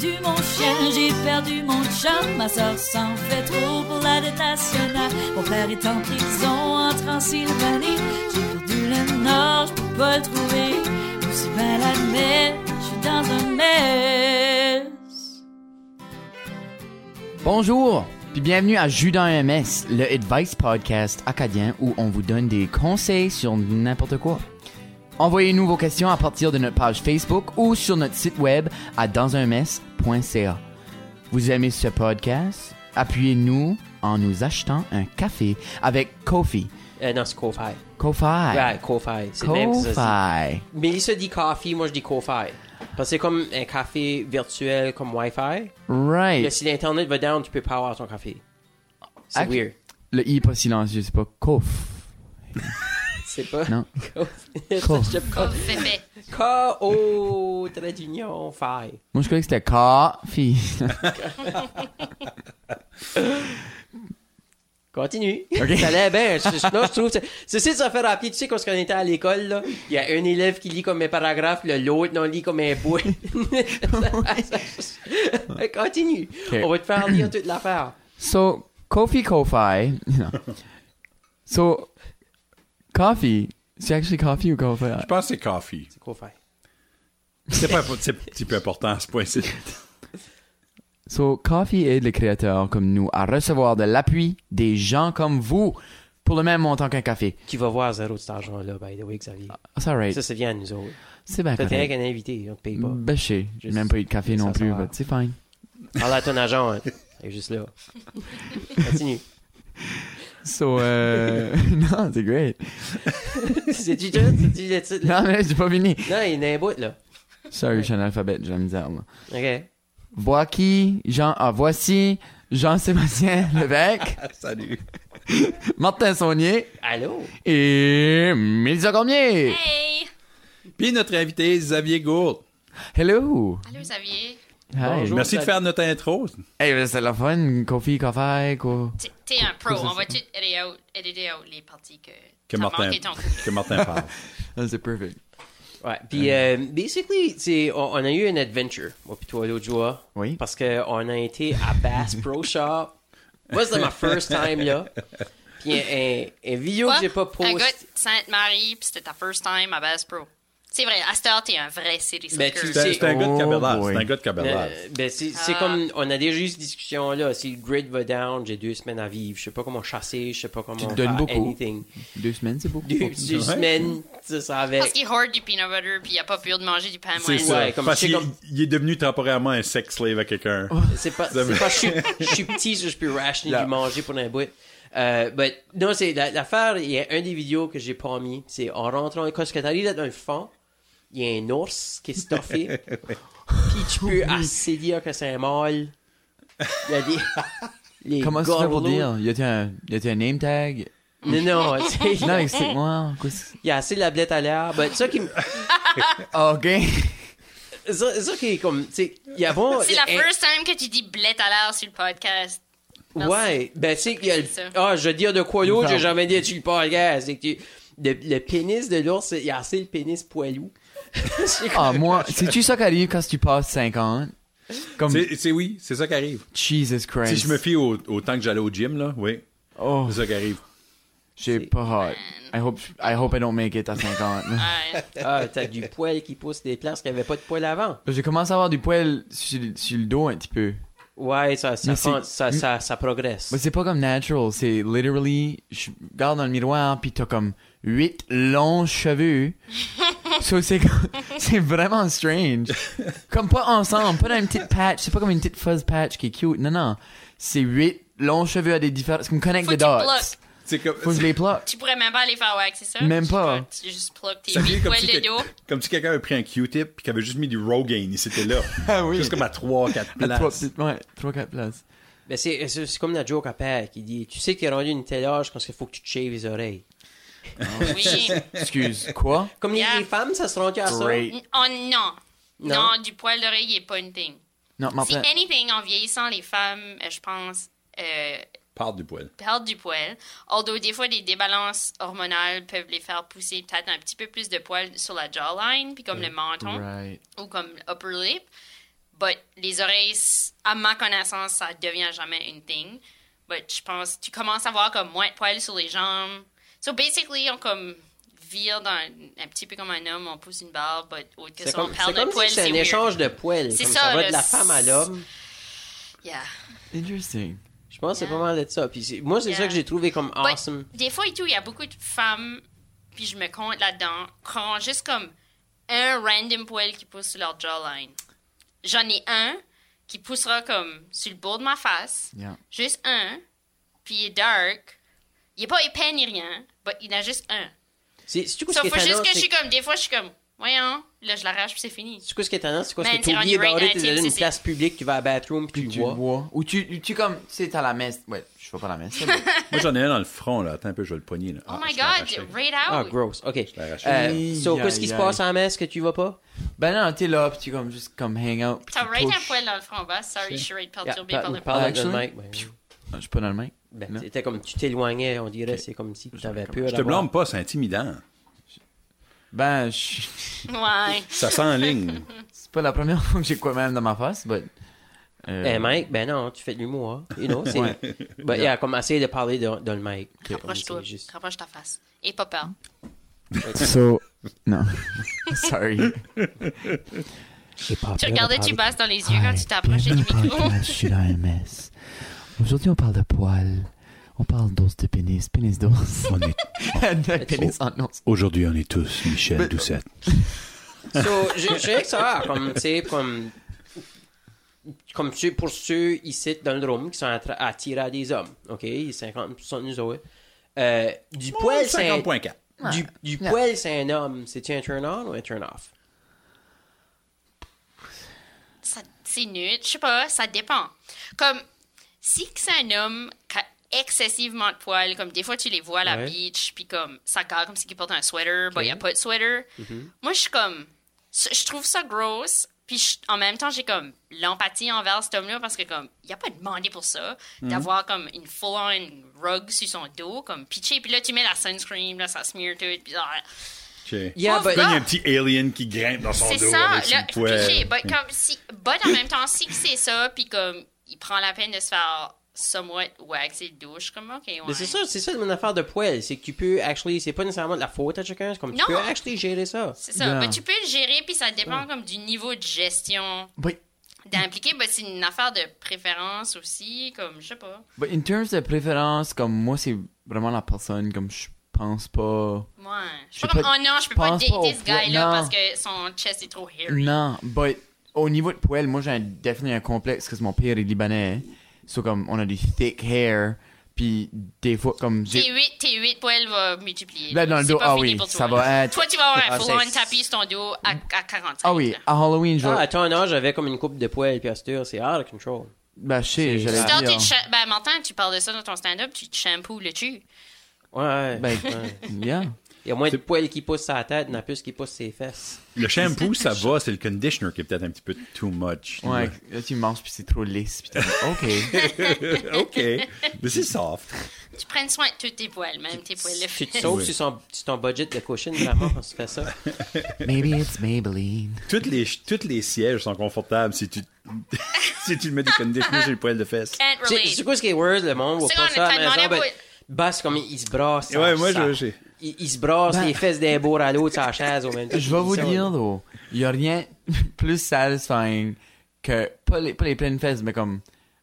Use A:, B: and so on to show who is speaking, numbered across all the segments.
A: chien, j'ai perdu mon chum. Ma soeur s'en fait trop pour la dette nationale. Mon frère est en prison en Transylvanie. J'ai perdu le nord, je peux pas le trouver. Je suis mal à mer, je suis dans un mess.
B: Bonjour, puis bienvenue à Jus dans un MS, le Advice Podcast acadien où on vous donne des conseils sur n'importe quoi. Envoyez-nous vos questions à partir de notre page Facebook ou sur notre site web à dansunms.ca. Vous aimez ce podcast? Appuyez-nous en nous achetant un café avec Kofi.
C: Euh, non, c'est Ko-Fi.
B: Kofi.
C: Ouais, Ko-Fi. C'est le même que ça.
B: Kofi.
C: c'est- Mais il se dit coffee, moi je dis Ko-Fi. Parce que c'est comme un café virtuel comme Wi-Fi. Mais
B: Right.
C: si l'internet va down, tu peux pas avoir ton café. C'est
B: Ok.
C: weird.
B: Le i est pas silencieux, c'est pas Kof.
C: C'est pas.
B: Non.
C: Coffee. K-O. Trait d'union. Fi.
B: Moi, je croyais que c'était Kofi.
C: Continue. Ça allait bien. Je, je- non, je trouve. que c'est- Ceci, ça fait rappeler. Tu sais, quand on était à l'école, là, il y a un élève qui lit comme un paragraphe, le- l'autre, non, lit comme un bout. Continue.
B: Ok.
C: On va te faire lire toute l'affaire.
B: So, Kofi Kofi. No. so, coffee. C'est actually coffee ou Kofi?
D: Je pense que c'est coffee.
C: C'est Ko-Fi.
D: C'est pas c'est petit peu important à ce point-ci.
B: So, Coffee aide les créateurs comme nous à recevoir de l'appui des gens comme vous pour le même montant qu'un café. Oh,
C: Tu vas voir zéro de cet argent-là, by the way, Xavier.
B: C'est alright.
C: Ça, ça vient à nous autres.
B: C'est bien
C: T'as rien
B: Ah, correct.
C: qu'un invité, on te paye pas.
B: Ben, je sais. J'ai
C: Juste-
B: même pas eu de café
C: ça
B: non plus,
C: sert.
B: but c'est fine.
C: Parle à ton agent, hein. Elle est juste là. Continue.
B: So, euh... non, c'est great.
C: C'est-tu tout? C'est-tu le titre? là?
B: Non, mais j'ai pas fini.
C: Non, il y en a un bout, là.
B: Sorry, je suis analphabète, j'ai la misère, moi.
C: OK.
B: Voici Jean... Ah, voici Jean-Sébastien Lévesque,
D: Salut.
B: Martin Saunier
C: Allô?
B: et Mélissa Cormier.
E: Hey!
D: Puis notre invité, Xavier Gould.
B: Hello!
E: Allô, Xavier.
B: Hi.
C: Bonjour.
D: Merci de faire notre intro.
B: Hey, ben, c'est la fun, Kofi, Kofi, quoi.
E: T'es- T'es un pro. On va tout editer out, editer out les parties que,
D: Que
E: t'as
D: Martin,
E: manqué ton coup.
D: que Martin parle.
B: Ah, C'est perfect.
C: Ouais.
B: Ah,
C: Puis, euh, basically, c'est- on, on a eu une adventure, moi puis toi, l'autre jour.
B: Oui.
C: Parce qu'on a été à Bass Pro Shop. Moi, c'était ma first time, là. Puis, un, un- un vidéo
E: Quoi?
C: que j'ai pas
E: Un gars
C: posté.
E: de Sainte-Marie, puis c'était ta first time à Bass Pro. C'est vrai, à cette heure, t'es un vrai series
C: Ben,
E: sucker.
C: tu
D: C'est un- c'est un gars de
B: Oh
D: Cabellage.
B: boy.
D: C'est un gars de Cabellage.
C: Euh, ben, c'est c'est
E: Ah.
C: comme, on a déjà eu cette discussion-là. Si le grid va down, j'ai deux semaines à vivre. Je sais pas comment chasser, je sais pas comment
B: te donnes
C: faire
B: beaucoup.
C: anything.
B: Deux semaines, c'est beaucoup.
C: Deux, deux
D: Ouais.
C: semaines, ça, ça avait...
E: Parce qu'il hoard du peanut butter, puis il a pas pu de manger du pain
D: C'est
E: moyen.
D: ça.
C: ouais, comme-
D: Parce
C: c'est
D: qu'il
C: comme-
D: il est devenu temporairement un sex slave à quelqu'un.
B: Oh,
C: C'est pas,
D: Ça
C: c'est
D: me-
C: pas, je suis, je suis petit, so je peux rationner
D: Là.
C: du manger pour un bout. Euh, but, non, c'est, la- l'affaire, il y a un des vidéos que j'ai pas mis, c'est en rentrant, quand tu arrives dans le fond, il y a un ours qui est stuffé, puis tu peux assez dire que c'est un mâle. Il y a des, les
B: Comment tu fais pour
C: gorlots.
B: dire? Y a-tu un, y a-tu un name tag?
C: Non, non, tu sais,
B: Non, explique-moi. quoi c'est-
C: il y a assez de la blette à l'air, but ça qui, me-
B: Ok.
C: ça, ça qui est comme, tu sais, il y a bon.
E: C'est la
C: un-
E: first time que tu dis blette à l'heure sur le podcast. Merci.
C: Ouais, ben tu sais qu'il y a le...
E: C'est ça.
C: Ah, je veux dire de quoi l'autre, j'ai
B: Genre.
C: jamais dit tu le podcast. C'est que tu- le, le pénis de l'ours, il y a assez le pénis poilou. C'est comme-
B: Ah, moi, c'est-tu ça qui arrive quand tu passes 50? Comme, Ben,
D: C'est c'est- oui, c'est ça qui arrive.
B: Jesus Christ.
D: Si je me fie au, au temps que j'allais au gym, là, oui,
B: Oh,
D: c'est ça qui arrive.
B: j'ai pas hâte. I hope, I hope I don't make it à 50.
E: Ouais.
C: Ah, t'as du poil qui pousse des places qu'il n'y avait pas de poil avant.
B: J'ai commencé à avoir du poil sur, sur le dos un petit peu.
C: Ouais, ça, ça,
B: Mais c'est-
C: fend- ça, ça, ça progresse.
B: Mais c'est pas comme natural, c'est literally, je regarde dans le miroir, pis t'as comme huit longs cheveux. so c'est comme- c'est vraiment strange. Comme pas ensemble, pas dans une petite patch, c'est pas comme une petite fuzz patch qui est cute, non, non. C'est huit longs cheveux à des différents, c'est comme connect
E: Faut
B: the
E: que tu
B: dots.
E: pluck.
D: C'est comme,
B: Faut que je les pluck.
E: Tu pourrais même pas aller faire wax, c'est ça?
B: Même
E: Tu
B: pas.
E: vas- Tu juste plug tes
D: Ça vient
E: huit
D: comme,
E: poils
D: si
E: de
D: quel-
E: dos.
D: comme si quelqu'un avait pris un Q-tip et qu'il avait juste mis du Rogaine et c'était là.
B: Ah oui.
D: Juste comme à 3-4
B: À trois
D: places.
B: petites, ouais, trois, quatre places.
C: Ben, c'est, c'est, c'est comme la joke à père qui dit Tu sais que t'es rendu une telle âge parce qu'il faut que tu te shaves les oreilles.
E: Oui.
B: Excuse, quoi?
C: Comme les,
E: Yeah.
C: les femmes, ça se rend à ça.
B: Great.
E: Oh non.
C: Non.
E: Non, du poil d'oreille, il est pas une thing.
B: Non,
E: Si
B: Martin.
E: anything, en vieillissant, les femmes, euh, je pense, euh,
D: Parle du poil.
E: perdent du poil. Although, des fois, les débalances hormonales peuvent les faire pousser peut-être un petit peu plus de poil sur la jawline, puis comme le menton,
B: Right.
E: ou comme upper lip. But les oreilles, s- à ma connaissance, ça devient jamais une thing. But je pense, tu commences à voir comme moins de poils sur les jambes. So basically, on comme vire dans un petit peu comme un homme, on pousse une barbe, but autre que
C: C'est
E: ça, on
C: comme, c'est
E: parle
C: comme
E: de poils,
C: si c'était
E: c'est
C: un
E: weird.
C: échange de poils.
E: C'est
C: comme
E: ça,
C: ça, va
E: le-
C: de la femme à l'homme.
E: Yeah.
B: Interesting.
C: Je pense que c'est pas mal de ça. Puis c'est- moi, c'est
E: Yeah.
C: ça que j'ai trouvé comme
E: Ouais,
C: awesome.
E: Des fois et tout, il y a beaucoup de femmes, puis je me compte là-dedans, qui ont juste comme un random poil qui pousse sur leur jawline. J'en ai un qui poussera comme sur le bord de ma face.
B: Yeah.
E: Juste un, puis il est dark. Il est pas épais ni rien, mais il en a juste un.
C: C'est, c'est tout ce
E: Ça
C: qui est
E: faut juste
C: étonnant,
E: que je
C: c'est-
E: suis comme, des fois, je suis comme, voyons, là, je l'arrache, puis c'est fini.
C: c'est quoi ce qui est étonnant, c'est quoi ce
E: Man,
C: que
E: c'est
C: tu oublies
E: on your
C: about
E: right
C: it, t'es
E: narrative,
C: dans une
E: c'est-
C: place publique, tu vas à la bathroom, puis tu
B: Tu vois.
C: vois.
B: Ou tu, tu comme, tu sais, t'es à la messe. Ouais, je fais pas la messe. ça, mais-
D: Moi, j'en ai un dans le front, là. Attends un peu, je vais le poigner. Là.
E: Oh
D: Ah,
E: my
D: je l'ai arraché.
E: god, right
C: Ah,
E: out.
C: gross, ok.
D: l'ai arraché.
C: Euh, so,
B: Aïe,
C: qu'est-ce qui
B: aïe,
C: se
B: aïe.
C: passe en messe que tu vas pas?
B: ben non, t'es là, puis tu comme, juste comme hang out. puis
E: T'as
B: tu
E: right un
B: pushes.
E: poil dans le front bas. Sorry, je suis right perturbée
C: Yeah,
E: par le
C: parle avec le
B: Actually,
C: mic, Ah, ouais.
B: Ah, Je suis pas dans le mic.
C: Ben,
B: Non.
C: c'était comme tu t'éloignais, on dirait, c'est comme si tu avais peur.
D: Je te
C: d'avoir-
D: blâme pas, c'est intimidant.
B: Ben, je-
E: Ouais.
D: Ça sent en ligne.
B: c'est pas la première fois que j'ai quoi même dans ma face, but. euh,
C: Eh, Mike, ben non, tu fais de l'humour. hein. You know, c'est.
B: Ouais.
C: Ben, yeah, comme essayer de parler dans, dans le mic. Comme
E: Rapproche-toi.
C: c'est juste-
E: Rapproche ta face. Et pas peur.
B: So, non. Sorry. J'ai pas
E: Tu
B: peur de
E: regardais,
B: parler-
E: tu passes dans les yeux quand
B: Hi,
E: tu t'approchais du
B: bienvenue au
E: micro.
B: podcast, Je suis dans MS. Aujourd'hui, on parle de poils. On parle d'os de pénis, pénis d'os.
D: On est-
B: pénis en os.
D: Aujourd'hui, on est tous Michel Doucette.
C: So, je je dirais que ça, comme, tu sais, comme. Comme ceux- pour ceux ici dans le room qui sont attra- attirés à des hommes, OK? 50% de nous autres. Euh, du poil, c'est un,
D: 50.4.
C: du, du
B: Ouais.
C: poil, c'est un homme. C'est-tu un turn-on ou un turn-off?
E: Ça- C'est nul. Je sais pas, ça dépend. Comme, si que c'est un homme qui a excessivement de poils, comme des fois tu les vois à la
C: Ouais.
E: beach, puis comme ça casse comme si qu'il porte un sweater, bah il n'y a pas de sweater.
C: Mm-hmm.
E: Moi, je suis comme, je trouve ça gross, puis je- en même temps, j'ai comme l'empathie envers cet homme-là parce que comme, il a pas demandé pour ça,
C: Mm-hmm.
E: d'avoir comme une full-on rug sur son dos, comme pitché, puis là tu mets la sunscreen, là ça smear tout, puis ah.
D: Il
C: Yeah,
E: Pauvre
C: but-
E: gars.
D: y a un petit alien qui grimpe dans son
E: Ah! C'est
D: dos.
E: ça,
D: avec
E: là,
D: ses poils.
E: puis j'ai- but comme si, but en même temps, si que c'est ça, puis comme, il prend la peine de se faire somewhat waxer le douche, comme, ok, ouais.
C: Mais c'est ça, c'est ça mon affaire de poil. C'est que tu peux, actually, c'est pas nécessairement de la faute à chacun. C'est comme
E: Non.
C: tu peux, actually, gérer ça.
E: C'est ça,
B: Yeah.
E: but tu peux le gérer, puis ça dépend comme du niveau de gestion
B: But,
E: d'impliquer, but c'est une affaire de préférence aussi, comme, je sais pas.
B: but in terms de préférence, comme moi, c'est vraiment la personne, comme je pense pas.
E: Moi, je
B: Je
E: suis pas
B: sais
E: comme,
B: pas-
E: oh non, je
B: je
E: peux pas
B: pense
E: dater
B: pas au
E: ce
B: poil,
E: gars-là
B: non.
E: parce que son chest est trop hairy.
B: Non, but au niveau de poils, moi j'ai un- définitivement un complexe parce que mon père est libanais. hein. So comme on a des thick hair, puis des fois comme
E: Tes
B: j'ai
E: 8, tes huit poils va multiplier.
B: Là, dans le
E: C'est
B: dos,
E: pas
B: ah
E: fini
B: oui,
E: pour
B: ça
E: toi.
B: va être-
E: Toi, tu vas avoir
C: Ah,
E: un full-on
C: c'est-
E: tapis sur ton dos à, à 45.
B: ah oui,
E: là.
B: à Halloween, je
C: Ah, à ton âge, j'avais comme une coupe de poils, puis à cette heure, c'est out of control.
B: bah je sais, j'allais
E: Sinon, tu
B: dire.
E: te cha- ben, Martin, tu parles de ça dans ton stand-up, tu te shampoo le tu.
C: Ouais,
B: Ben,
C: ouais.
B: yeah.
C: Il y a moins de poils qui poussent sa tête, il y en a plus qui poussent ses fesses.
D: Le shampoo, ça va, c'est le conditioner qui est peut-être un petit peu too much.
B: Ouais, là, tu manges puis c'est trop lisse. Puis t'es comme, ok.
D: OK. Mais c'est soft.
E: Tu prends soin de tous tes poils, même tes poils de
C: Tu te
E: fesses.
C: sauves
D: Oui.
C: sur, son- sur ton budget de cochine, vraiment, quand tu fais ça.
B: Maybe it's Maybelline.
D: Toutes les, toutes les sièges sont confortables si tu, si tu mets du conditioner sur les poils de fesses.
E: Can't
C: C'est c'est
E: relate.
C: quoi ce qui est worse, le monde voit
E: C'est
C: pas
E: qu'on
C: ça à
E: t'a
C: la maison,
E: demandé
C: ben, Basse comme il il se brasse. ça-
D: Ouais, moi,
C: ça-
D: je- j'ai-
C: Il, il se brasse
B: Ben-
C: les fesses d'un bourre à l'autre, sa chaise au même temps.
B: Je vais vous
C: Ça,
B: dire, though, il y a rien plus satisfying que, pas les, pas les pleines fesses, mais comme,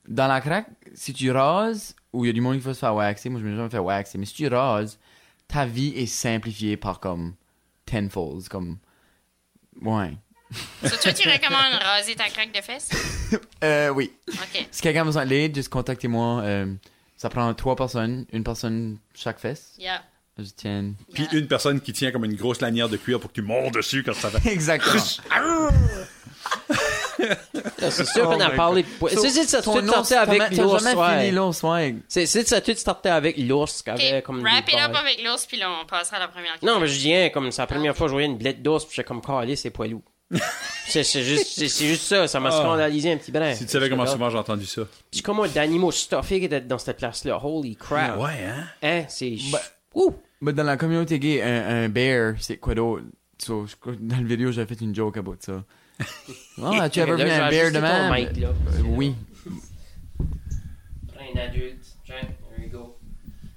B: dans la craque, si tu rases, ou il y a du monde qui va se faire waxer, moi je me suis jamais fait waxer, mais si tu rases, ta vie est simplifiée par comme, tenfolds, comme, ouais.
E: So, toi, tu recommandes raser ta craque de fesses?
B: Euh, oui.
E: OK.
B: Si quelqu'un a besoin de l'aide, juste contactez-moi, euh, ça prend trois personnes, une personne chaque fesse.
E: Yeah.
B: Je tiens.
D: Puis
E: Yeah.
D: une personne qui tient comme une grosse lanière de cuir pour que tu mords dessus quand ça va.
B: Exactement.
C: C'est sûr
B: Oh
C: qu'on a parlé de poils. C'est c'est ça, tout
B: Ton ours,
C: sortait
B: t'as
C: avec
B: ma- t'as
C: l'ours.
B: jamais
C: ouais.
B: fini l'ours, ouais.
C: C'est c'est ça, tout sortait avec l'ours. qui avait
E: OK,
C: comme
E: wrap
C: des
E: it up
C: barres.
E: avec l'ours, puis là, on passera à la première question.
C: Non, mais je viens comme c'est la première fois que je voyais une blette d'ours, puis j'étais comme calé, c'est poilou. c'est c'est juste, c'est- c'est juste ça, ça m'a
D: Ah.
C: scandalisé un petit brin.
D: Si tu savais comment
C: Je-
D: souvent j'ai entendu ça.
C: Tu sais comment d'animaux stuffés qui étaient dans cette place-là. Holy crap.
D: Ouais, hein?
C: Hein, c'est.
B: Ben,
C: Ouh!
B: Mais dans la communauté gay, un, un bear, c'est quoi d'autre? So, je- dans la vidéo, j'avais fait une joke about ça. Oh, as-tu ever vu
C: Là,
B: un
C: je vais
B: bear de
C: ajuster ton
B: même?
C: mic, là.
B: Euh, oui.
C: Un adulte. Tiens, there you go.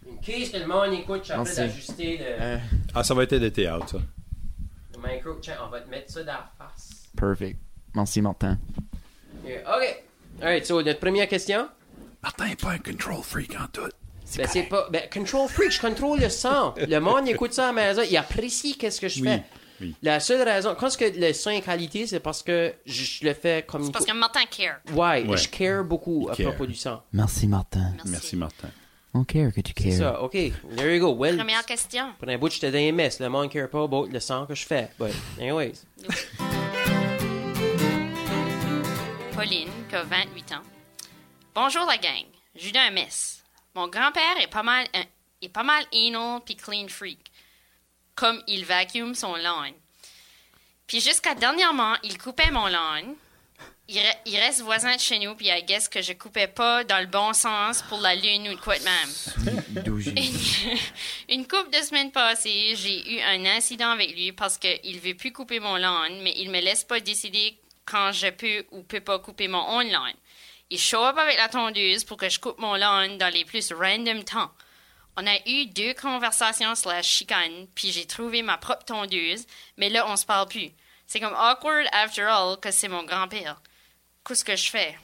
C: Une crise que le monde écoute, je suis en train
B: Merci.
C: d'ajuster le,
B: Euh,
D: Ah, ça va être le théâtre, ça.
C: le micro. Tiens, on va te mettre ça dans la face.
B: Perfect. Merci, Martin.
C: Euh, OK. Alright, so notre première question.
D: Martin est pas un control freak en tout.
C: Ben, c'est pas. Ben, control freak, je contrôle le son. Le monde écoute ça à la maison, il apprécie qu'est-ce que je
D: Oui,
C: fais.
D: oui.
C: La seule raison, quand ce que le son est qualité, c'est parce que je, je le fais comme. il
E: Parce
C: faut.
E: que Martin care.
C: Ouais,
D: Ouais.
C: je care beaucoup à
D: care.
C: propos du son.
B: Merci, Martin.
E: Merci.
D: Merci, Martin.
B: On care que tu
C: C'est
B: cares.
C: ça, ok. There you go. Well,
E: Première question.
C: pour un bout, j'étais dans les messes. Le monde care pas about le son que je fais. But, anyways.
E: Pauline, qui a 28 ans. Bonjour la gang. Je viens un mess. Mon grand-père est pas mal euh, est pas mal anal puis clean freak. Comme il vacuume son lawn. Puis jusqu'à dernièrement, il coupait mon lawn. Il, re- il reste voisin de chez nous, puis I guess que je coupais pas dans le bon sens pour la lune ou de quoi de même. Une couple de semaines passées, j'ai eu un incident avec lui parce qu'il veut plus couper mon lawn, mais il me laisse pas décider quand je peux ou peux pas couper mon own lawn. Il show up avec la tondeuse pour que je coupe mon lawn dans les plus random temps. On a eu deux conversations slash chicanes, puis j'ai trouvé ma propre tondeuse, mais là, on se parle plus. C'est comme awkward after all que c'est mon grand-père. Qu'est-ce que je fais?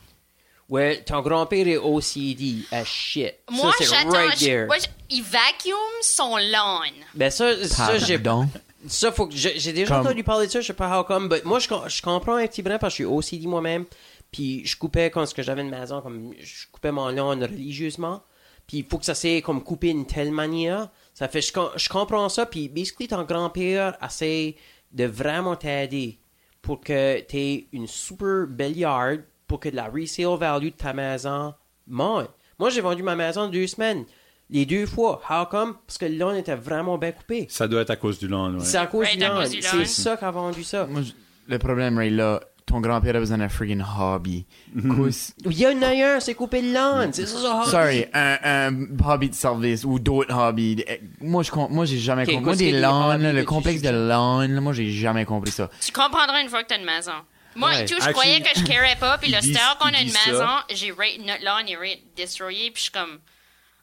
C: Ouais, ton grand-père est OCD as shit.
E: Moi,
C: ça, c'est
E: j'attends.
C: right
E: je-
C: there.
E: moi, je- il vacuume son lawn.
C: Ben ça, ça j'ai
B: Pardon.
C: Ça, faut que je- j'ai déjà
B: Comme-
C: entendu parler de ça, je sais pas how come, mais moi, je, com- je comprends un petit brin parce que je suis OCD moi-même, puis je coupais quand ce que j'avais une maison, comme je coupais mon lawn religieusement, puis il faut que ça s'est comme coupé d'une telle manière, ça fait, je, com- je comprends ça, puis basically, ton grand-père essaie de vraiment t'aider pour que t'aies une super belle yard, pour que la resale value de ta maison monte. Moi, j'ai vendu ma maison deux semaines, les deux fois, how come? Parce que le lawn était vraiment bien coupé.
D: Ça doit être à cause du lawn, ouais.
C: C'est à cause
E: Ouais,
C: du
E: à
C: land.
E: cause du
C: C'est
E: land.
C: ça qui a vendu ça.
B: Moi, je- le problème, Ray, là, ton grand-père a besoin d'un friggin' hobby. Cause-
C: Il y en a un, c'est couper le land. C'est ça, ça.
B: Sorry, un, un hobby de service ou d'autres hobbies. de- Moi, je com- moi, j'ai jamais
C: Ok,
B: compris. Moi,
C: qu'est-ce que
B: des
C: les
B: lawns,
C: hobbies
B: là,
C: que
B: le
C: tu
B: complexe de
C: suggères?
B: lawns, là, moi, j'ai jamais compris ça.
E: Tu comprendras une fois que t'as une maison. Moi,
C: Ouais.
E: et tout, je
D: Actually,
E: croyais que je carais pas, puis
D: ils
E: le
D: disent-
E: star qu'on
D: ils
E: a une
D: disent ça.
E: maison, j'ai rate notre lawn et rate destroyé, puis je suis comme,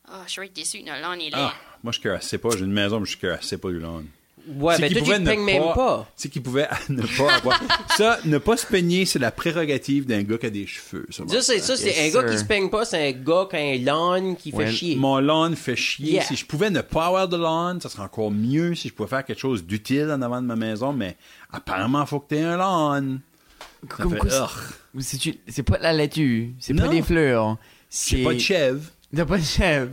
E: oh, je suis rate déçu, notre lawn est laid.
D: Ah, moi, je curassais pas. J'ai une maison, mais je curassais pas du lawn.
C: Ouais,
D: C'est
C: ben
D: qu'il
C: toi, tu
D: pouvait
C: te
D: ne
C: peignes même pas.
D: C'est qu'il pouvait ne pas avoir. ça, ne pas se peigner, c'est la prérogative d'un gars qui a des cheveux. ça,
C: Ça, c'est ça, c'est
B: Yes,
C: un
B: sir.
C: gars qui se peigne pas, c'est un gars qui a un lawn qui fait
B: Ouais,
C: chier.
D: Mon lawn fait chier.
C: Yeah.
D: Si je pouvais ne pas avoir de lawn, ça serait encore mieux si je pouvais faire quelque chose d'utile en avant de ma maison, mais apparemment, faut que t'aies un lawn. Ça
B: Comme
D: fait, oh,
B: quoi, c'est-
D: Urgh.
B: Ou si tu- c'est pas de la laitue, c'est pas
D: Non.
B: des fleurs.
D: J'ai
B: C'est
D: pas de chèvre. Oh.
B: T'as pas de chèvre.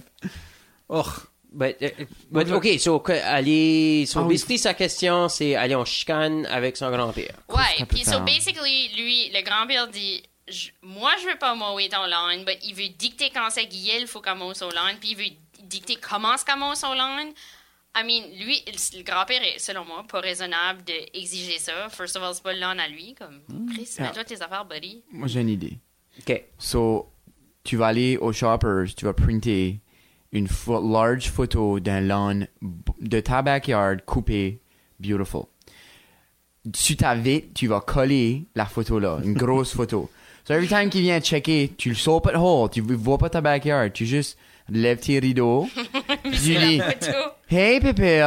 D: Urgh.
C: But, uh, but,
B: Moi,
C: ok, so, que- allez, so
B: Ah oui.
C: basically, sa question, c'est aller en chicane avec son grand-père.
E: ouais,
B: qu'on peut
E: puis so
B: faire?
E: basically, lui, le grand-père dit, Je- moi, je veux pas mouiller ton lawn, mais il veut dicter quand c'est qu'il faut qu'on mow son lawn, puis il veut dicter comment c'est qu'on mow son lawn. I mean, lui, il- le grand-père est, selon moi, pas raisonnable d'exiger ça. First of all, c'est pas le lawn à lui, comme, Chris,
B: Ah.
E: toi tes affaires, buddy.
B: Moi, j'ai une idée.
C: Ok.
B: So, tu vas aller au Shoppers, tu vas printer une fo- large photo d'un lawn b- de ta backyard coupé, beautiful. Sur ta vitre, tu vas coller la photo là, une grosse photo. So, every time qu'il vient checker, tu le sautes pas de hole, tu vois pas ta backyard, tu juste lèves tes rideaux, puis tu dis,
E: Photo.
B: Hey Pépé,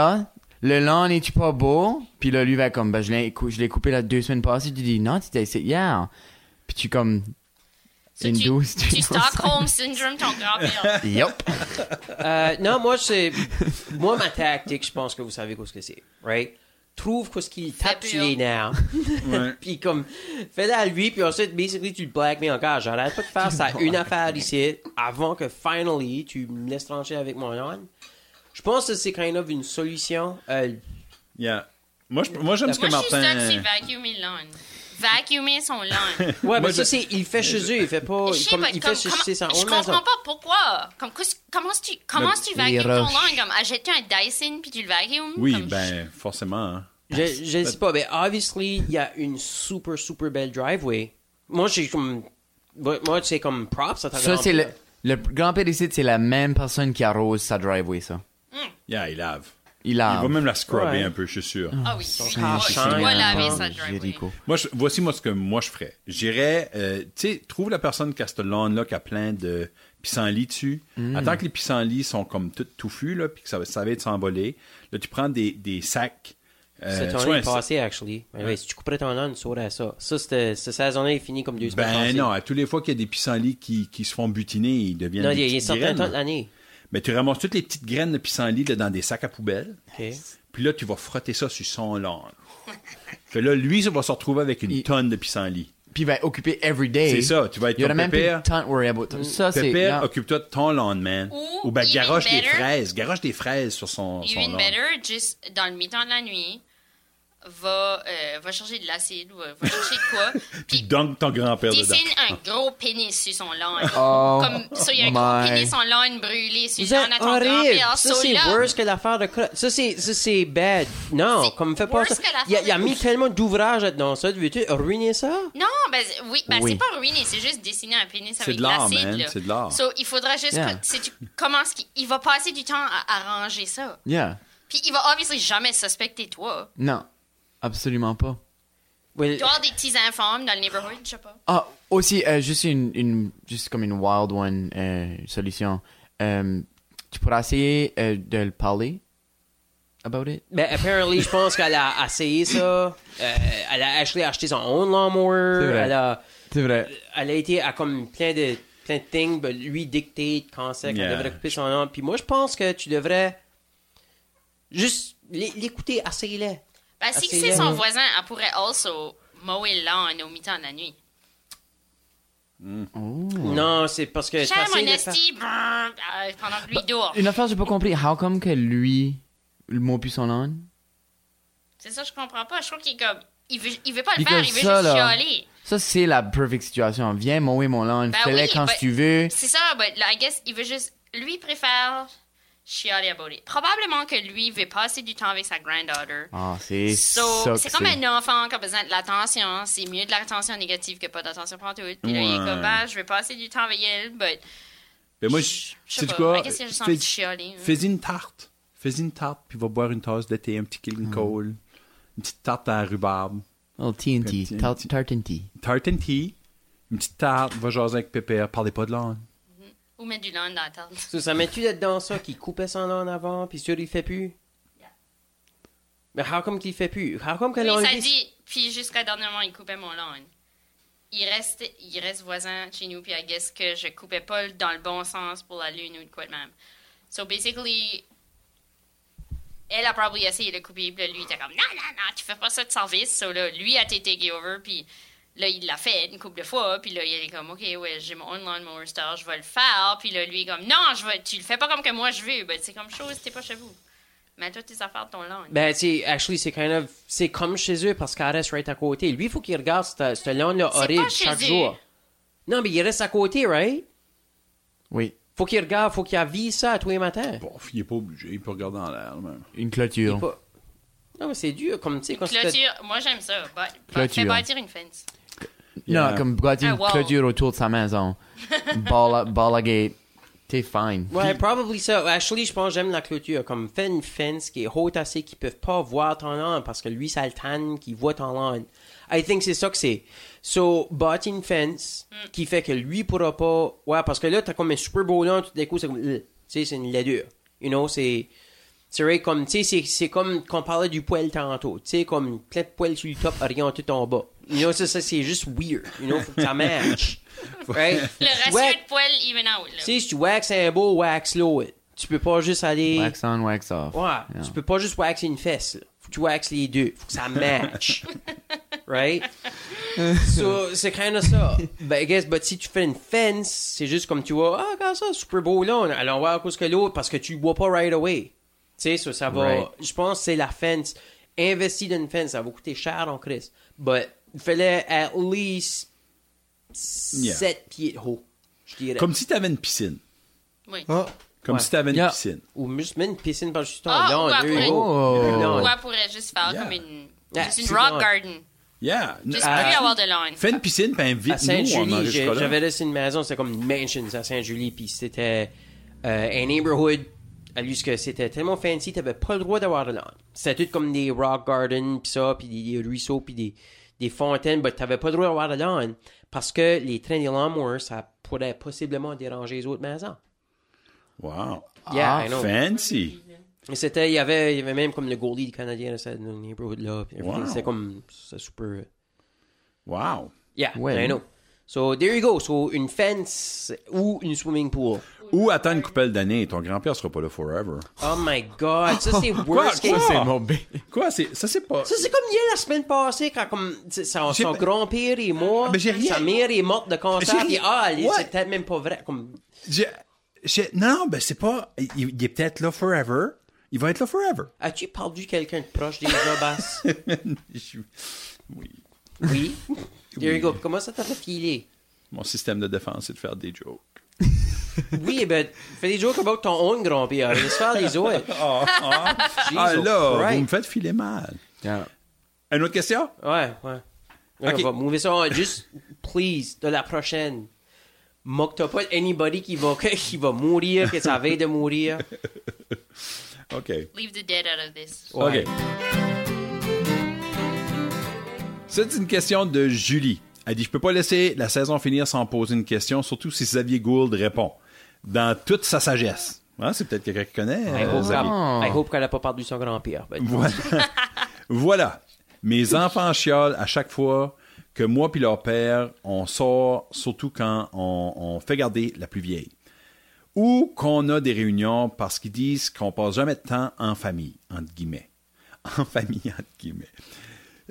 B: le lawn est-tu pas beau? Puis là, lui va comme, bah, je l'ai cou- je l'ai coupé la deux semaines passées. Tu dis, non, tu t'es essayé hier. Puis tu comme,
E: So,
B: une
E: tu,
B: douce,
E: tu
B: lances ça.
E: Stockholm syndrome ton grand-père.
B: Yup.
C: Euh, non, moi, c'est. moi, ma tactique, je pense que vous savez ce que c'est. Right? Trouve ce qu'il tape
E: Fais
C: sur
E: peur.
C: les nerfs.
D: Ouais.
C: puis comme, fais-le à lui, puis ensuite, basically, tu le blackmail encore. J'arrête pas de faire ça une affaire ici, avant que, finally, tu me laisses trancher avec mon lawn. Je pense que c'est kind of une solution. Euh,
D: Yeah. Moi, je- moi, j'aime ce
E: Moi,
D: que
E: je suis
D: Martin.
E: sûre que c'est vacuumer le lawn. Vacuumer son lawn.
C: ouais, mais
D: je-
C: ça, c'est, il fait chez eux, Oh, il fait pas,
E: Je sais
C: comme,
E: pas,
C: il
E: comme-
C: fait chez
E: comment-
C: chez sa
E: je
C: own
E: comprends
C: maison.
E: pas pourquoi. Comme, qu'est-ce- comment est-ce tu, comment est-ce tu
B: Les
E: vacuumes ton
B: roches.
E: lawn? Comme, achète-tu un Dyson puis tu le vacuumes?
D: Oui,
E: Comme,
D: ben, forcément. hein.
C: Je, je sais pas, mais obviously, il y a une super, super belle driveway. Moi, j'ai comme, moi, c'est comme props à ta
B: Ça, c'est le,
C: grand-mère.
B: le grand-père ici, c'est la même personne qui arrose sa driveway, ça.
D: Yeah, il lave.
B: Il
D: Il
B: a.
D: va même la scrubber
C: Ouais.
D: un peu, je suis sûr.
E: Ah oui, oui,
C: sont
E: oui, oui,
C: chiants,
E: tu dois
C: hein.
E: laver sa driveway.
B: Jericho.
D: Moi, je- voici moi ce que moi je ferais. J'irais, euh, tu sais, trouve la personne qui a cette lawn-là qui a plein de pissenlits dessus.
C: Mm.
D: Attends que les pissenlits sont comme tout touffus, là, puis que ça, va- ça va être s'emboler. Là, tu prends des, des sacs. euh,
C: Cette
D: soit
C: année
D: un
C: est passée, actually. Mais ouais, si tu couperais ton lawn, tu saurais ça. Ça, c'était- cette saison-là est finie comme deux semaines
D: Ben
C: passées.
D: non, à tous les fois qu'il y a des pissenlits qui, qui se font butiner, ils deviennent
C: Non, il
D: des
C: y a- il y a un
D: petites
C: certain temps de
D: graines.
C: l'année.
D: Mais tu ramasses toutes les petites graines de pissenlit là, dans des sacs à poubelle.
C: OK.
D: Puis là, tu vas frotter ça sur son lawn. fait là, lui, ça va se retrouver avec une
B: Il-
D: tonne de pissenlit.
B: Puis il va être occupé every day.
D: C'est ça, tu vas être
B: Il y aura
D: ton
B: même plus
D: pépère.
B: de temps de worry about. Ça, c'est.
D: Pépère,
B: non.
D: occupe-toi de ton lawn, man.
E: Ou,
D: Ou ben,
E: even
D: garoche des
E: better-
D: fraises. Garoche des fraises sur son, son
E: Even
D: lawn.
E: better, juste dans le mi-temps de la nuit, va, euh, va chercher de l'acide, va, va chercher de quoi,
D: Puis
E: puis
D: donc ton grand-père dedans.
E: dessine un
D: Ah.
E: gros pénis sur son lawn.
B: Oh
E: Comme ça, il y a un gros
B: my.
E: pénis sur lawn brûlé sur
C: Vous
E: Jonathan
C: êtes
E: ton
C: horrible.
E: grand-père.
C: Ça,
E: So
C: c'est
E: là,
C: worse que l'affaire de crotte. Ça, c'est, ça, c'est bad. Non,
E: C'est
C: comme fais pas
E: worse
C: ça.
E: que l'affaire
C: Il a, il a
E: de
C: mis
E: crotte.
C: tellement d'ouvrage là-dedans. Ça, tu veux-tu ruiner ça?
E: Non, ben c'est- oui, ben
B: Oui.
E: c'est pas ruiné, c'est juste dessiner un pénis avec
D: de l'art,
E: l'acide.
D: man,
E: là.
D: c'est de l'art.
E: So, il faudra juste
B: Yeah.
E: que si tu commences, qu'il- il va passer du temps à arranger ça.
B: Yeah.
E: Puis il va obviously jamais suspecter toi.
B: Non. Absolument pas.
C: Well,
E: Tu dois avoir des petits informes dans le neighborhood, je sais pas.
B: Ah, aussi, euh, juste une, une- juste comme une wild one euh, solution. Euh, tu pourras essayer euh, de le parler about it.
C: ben, apparently, je pense qu'elle a essayé ça. Euh, elle a actually acheté son own lawnmower.
B: C'est vrai.
C: Elle a,
B: C'est vrai.
C: elle a été à comme plein de, plein de things, ben, lui dicter quand c'est qu'elle
D: Yeah.
C: devrait couper son nom. Puis moi, je pense que tu devrais juste l'é- l'écouter, essayer-le.
E: Ben, si
C: Ah, c'est
E: c'est son
C: vrai.
E: voisin, elle pourrait also mower le lawn au mi-temps de la nuit.
B: Hmm. Oh.
C: Non, c'est parce que
E: Cher
C: t'essayes
E: mon
C: de faire-
E: esti, brrr, euh, pendant
C: Bah,
E: que lui dort.
B: Une affaire, j'ai pas compris. How come que lui, le mot puis son nom?
E: C'est ça, je comprends pas. Je trouve qu'il est comme. Il veut, il veut pas le
B: Because
E: faire, il veut
B: ça,
E: juste
B: là-
E: chialer.
B: Ça, c'est la perfect situation. Viens mouer mon lawn,
E: Ben
B: fais-le
E: oui,
B: quand
E: but-
B: tu veux.
E: C'est ça, but là, I guess, il veut juste. Lui il préfère chialer about it. Probablement que lui veut passer du temps avec sa granddaughter.
B: Ah, c'est ça
E: So,
B: que
E: c'est comme un enfant qui a besoin de l'attention. C'est mieux de l'attention négative que pas d'attention pantoute. Puis là, il est
D: Ouais.
E: comme, ah, je vais passer du temps avec elle, but
D: Mais moi,
E: Je-
D: je
E: je sais
D: sais du
E: pas.
D: quoi.
E: I guess il y a juste
D: fais-
E: envie de chialer, hein.
D: Fais-y une tarte. Fais-y une tarte, puis va boire une tasse de thé, un petit killing coal, une petite tarte à la rhubarbe.
B: Oh, TNT,
D: Petit-
B: tar-
D: petit-
B: tartan tea.
D: Tarte and tea, une petite tarte, va jaser avec Pépère, parlez pas de lawn.
E: ou mettre du lin dans la tarte.
C: Ça, ça met-tu là-dedans, ça, qui coupait son en avant, puis sûr, il fait plus? Mais how come qu'il fait plus? How come qu'elle
E: Puis
C: a
E: ça
C: enlevé...
E: dit, puis jusqu'à dernièrement, il coupait mon lawn. Il reste, il reste voisin chez nous, puis I guess que je coupais pas dans le bon sens pour la lune ou de quoi de même. So basically, elle a probably essayé de couper, puis là, lui il était comme, non, non, non, tu fais pas ça de service. So là, lui a été taken over, puis là, il l'a fait une couple de fois, puis là, il est comme, ok, ouais, j'ai mon own lawnmower star, je vais le faire, puis là, lui est comme, non, je vais, tu le fais pas comme que moi je veux, ben c'est comme chose, t'es pas chez vous. Mais toi, tes affaires de ton lawn.
C: Ben, tu sais, actually, c'est kind of... C'est comme chez eux, parce qu'elle reste right à côté. Lui, il faut qu'il regarde cette, cette lawn-là
E: C'est
C: horrible
E: pas chez
C: chaque
E: eux.
C: jour. Non, mais il reste à côté, right?
B: Oui,
C: Faut qu'il regarde, faut qu'il avise ça à tous les matins.
D: Bon, il est pas obligé, il peut regarder dans l'air, même.
B: une
C: Il est
B: clôture.
C: pas- Non, mais c'est dur, comme, tu sais, quand c'est-
E: Clôture, moi j'aime ça. Bah, bah,
B: Clôture.
E: fais bâtir une fence.
B: Non,
D: Yeah.
B: comme bâtir
E: Ah,
B: une
E: wow.
B: clôture autour de sa maison. Ball, ball gate. T'es fine.
C: Ouais, probably ça. Actually, je pense que j'aime la clôture. Comme, fais une fence qui est haute assez qu'ils peuvent pas voir ton lawn parce que lui, ça le tanne qu'il voit ton lawn. I think c'est ça que c'est. So, bâtis une fence
E: Mm.
C: qui fait que lui pourra pas... Ouais, parce que là, t'as comme un super beau lawn, tout d'un coup, c'est comme... euh, Tu sais, c'est une laidure. You know, c'est... C'est vrai, comme, tu sais, c'est- c'est comme qu'on parlait du poêle tantôt. Tu sais, comme plein de poêles sur le top, rien tout en bas. You know, ça, ça c'est juste weird. You know, faut que ça match. right?
E: Le ratio
C: Ouais.
E: de poils even out. Là.
C: Tu sais, si tu wax un beau, wax l'autre. Tu peux pas juste aller.
B: Wax on, wax off.
C: Ouais,
B: Yeah.
C: tu peux pas juste waxer une fesse. là. Faut que tu waxes les deux. Faut que ça match. right? so, c'est kind of ça. But I guess, but si tu fais une fence, c'est juste comme tu vois, ah, regarde ça, super beau là. Alors, voir à cause que l'autre, parce que tu le vois pas right away. Tu sais, ça, ça va.
B: Right.
C: Je pense que c'est la fence. Investir dans une fence, ça va coûter cher en Christ. But, il fallait at least 7 pieds de haut. Je dirais.
D: Comme si t'avais une piscine.
E: Oui.
D: Oh. Comme
C: Ouais.
D: si t'avais une
B: Yeah.
D: piscine.
C: Ou juste mettre une piscine par juste en
E: Ah,
C: lawn,
E: ou à
C: deux
E: poule.
C: hauts.
B: Oh.
C: Deux lawns.
E: Ou elle pourrait juste faire
D: Yeah.
E: comme une,
C: Yeah,
E: juste
C: c'est
E: une rock
C: bon.
E: garden.
D: Yeah.
E: Juste
D: Ah,
E: plus avoir de lawn.
D: Fais une piscine, puis
C: À
D: invite nous on
C: Saint-Julie, j'ai-
D: enregistrera là.
C: j'avais laissé une maison, c'était comme une mansion à Saint-Julie, puis c'était euh, un neighborhood à lui, ce que c'était tellement fancy, t'avais pas le droit d'avoir de lawn. C'était tout comme des rock gardens, pis ça, pis des, des ruisseaux, pis des, des fontaines, mais t'avais pas le droit d'avoir de lawn parce que les trains des lawnmowers, ça pourrait possiblement déranger les autres maisons.
D: Wow.
C: Yeah,
D: Ah,
C: I know.
D: Fancy.
C: Et C'était, il y avait, il y avait même comme le goalie du Canadien dans ce neighborhood là.
D: Wow.
C: C'était comme, c'est super. euh,
D: Wow.
C: Yeah,
B: Ouais.
C: I know. So there you go. So une fence ou une swimming pool.
D: Ou attends une coupelle d'années, ton grand-père sera pas là forever.
C: Oh my god, ça c'est worst case.
D: Quoi? Quoi?
B: C'est mon B.
D: Quoi, c'est, ça c'est pas...
C: Ça c'est comme hier la semaine passée quand comme c'est- son,
D: J'ai
C: son
D: pas-
C: grand-père est mort,
D: Mais j'ai rien-
C: sa mère est morte de cancer,
D: J'ai
C: et
D: rien-
C: ah,
D: Ouais.
C: c'est peut-être même pas vrai. Comme
D: Je- je- non, ben c'est pas... Il, il est peut-être là forever. Il va être là forever.
C: As-tu perdu quelqu'un de proche des Bass?
D: Je- Oui.
C: oui. There you go. Comment ça t'a fait filer?
D: Mon système de défense, c'est de faire des jokes.
C: Oui, eh ben, fais des jokes about ton own grand-père. Laisse faire les autres. Jesus
D: Ah là,
C: Christ.
D: vous me faites filer mal. Une autre question?
C: Ouais, ouais. Ouais,
D: Ok.
C: On va mouver ça. hein. Juste, please, de la prochaine. Moque-toi pas anybody qui va, qui va mourir, que ça va de mourir.
D: OK.
E: Leave the dead out of this.
C: Ouais.
D: OK. C'est une question de Julie. Elle dit Je peux pas laisser la saison finir sans poser une question, surtout si Xavier Gould répond. Dans toute sa sagesse. Hein, c'est peut-être quelqu'un qui connaît.
C: I
D: euh,
C: hope,
D: Xavier.
B: Ah.
C: qu'elle- I hope qu'elle a pas perdu son grand-père. ben, but-
D: Voilà. Voilà. Mes enfants chiolent à chaque fois que moi puis leur père, on sort, surtout quand on, on fait garder la plus vieille. Ou qu'on a des réunions parce qu'ils disent qu'on passe jamais de temps en famille, entre guillemets. En famille, entre guillemets.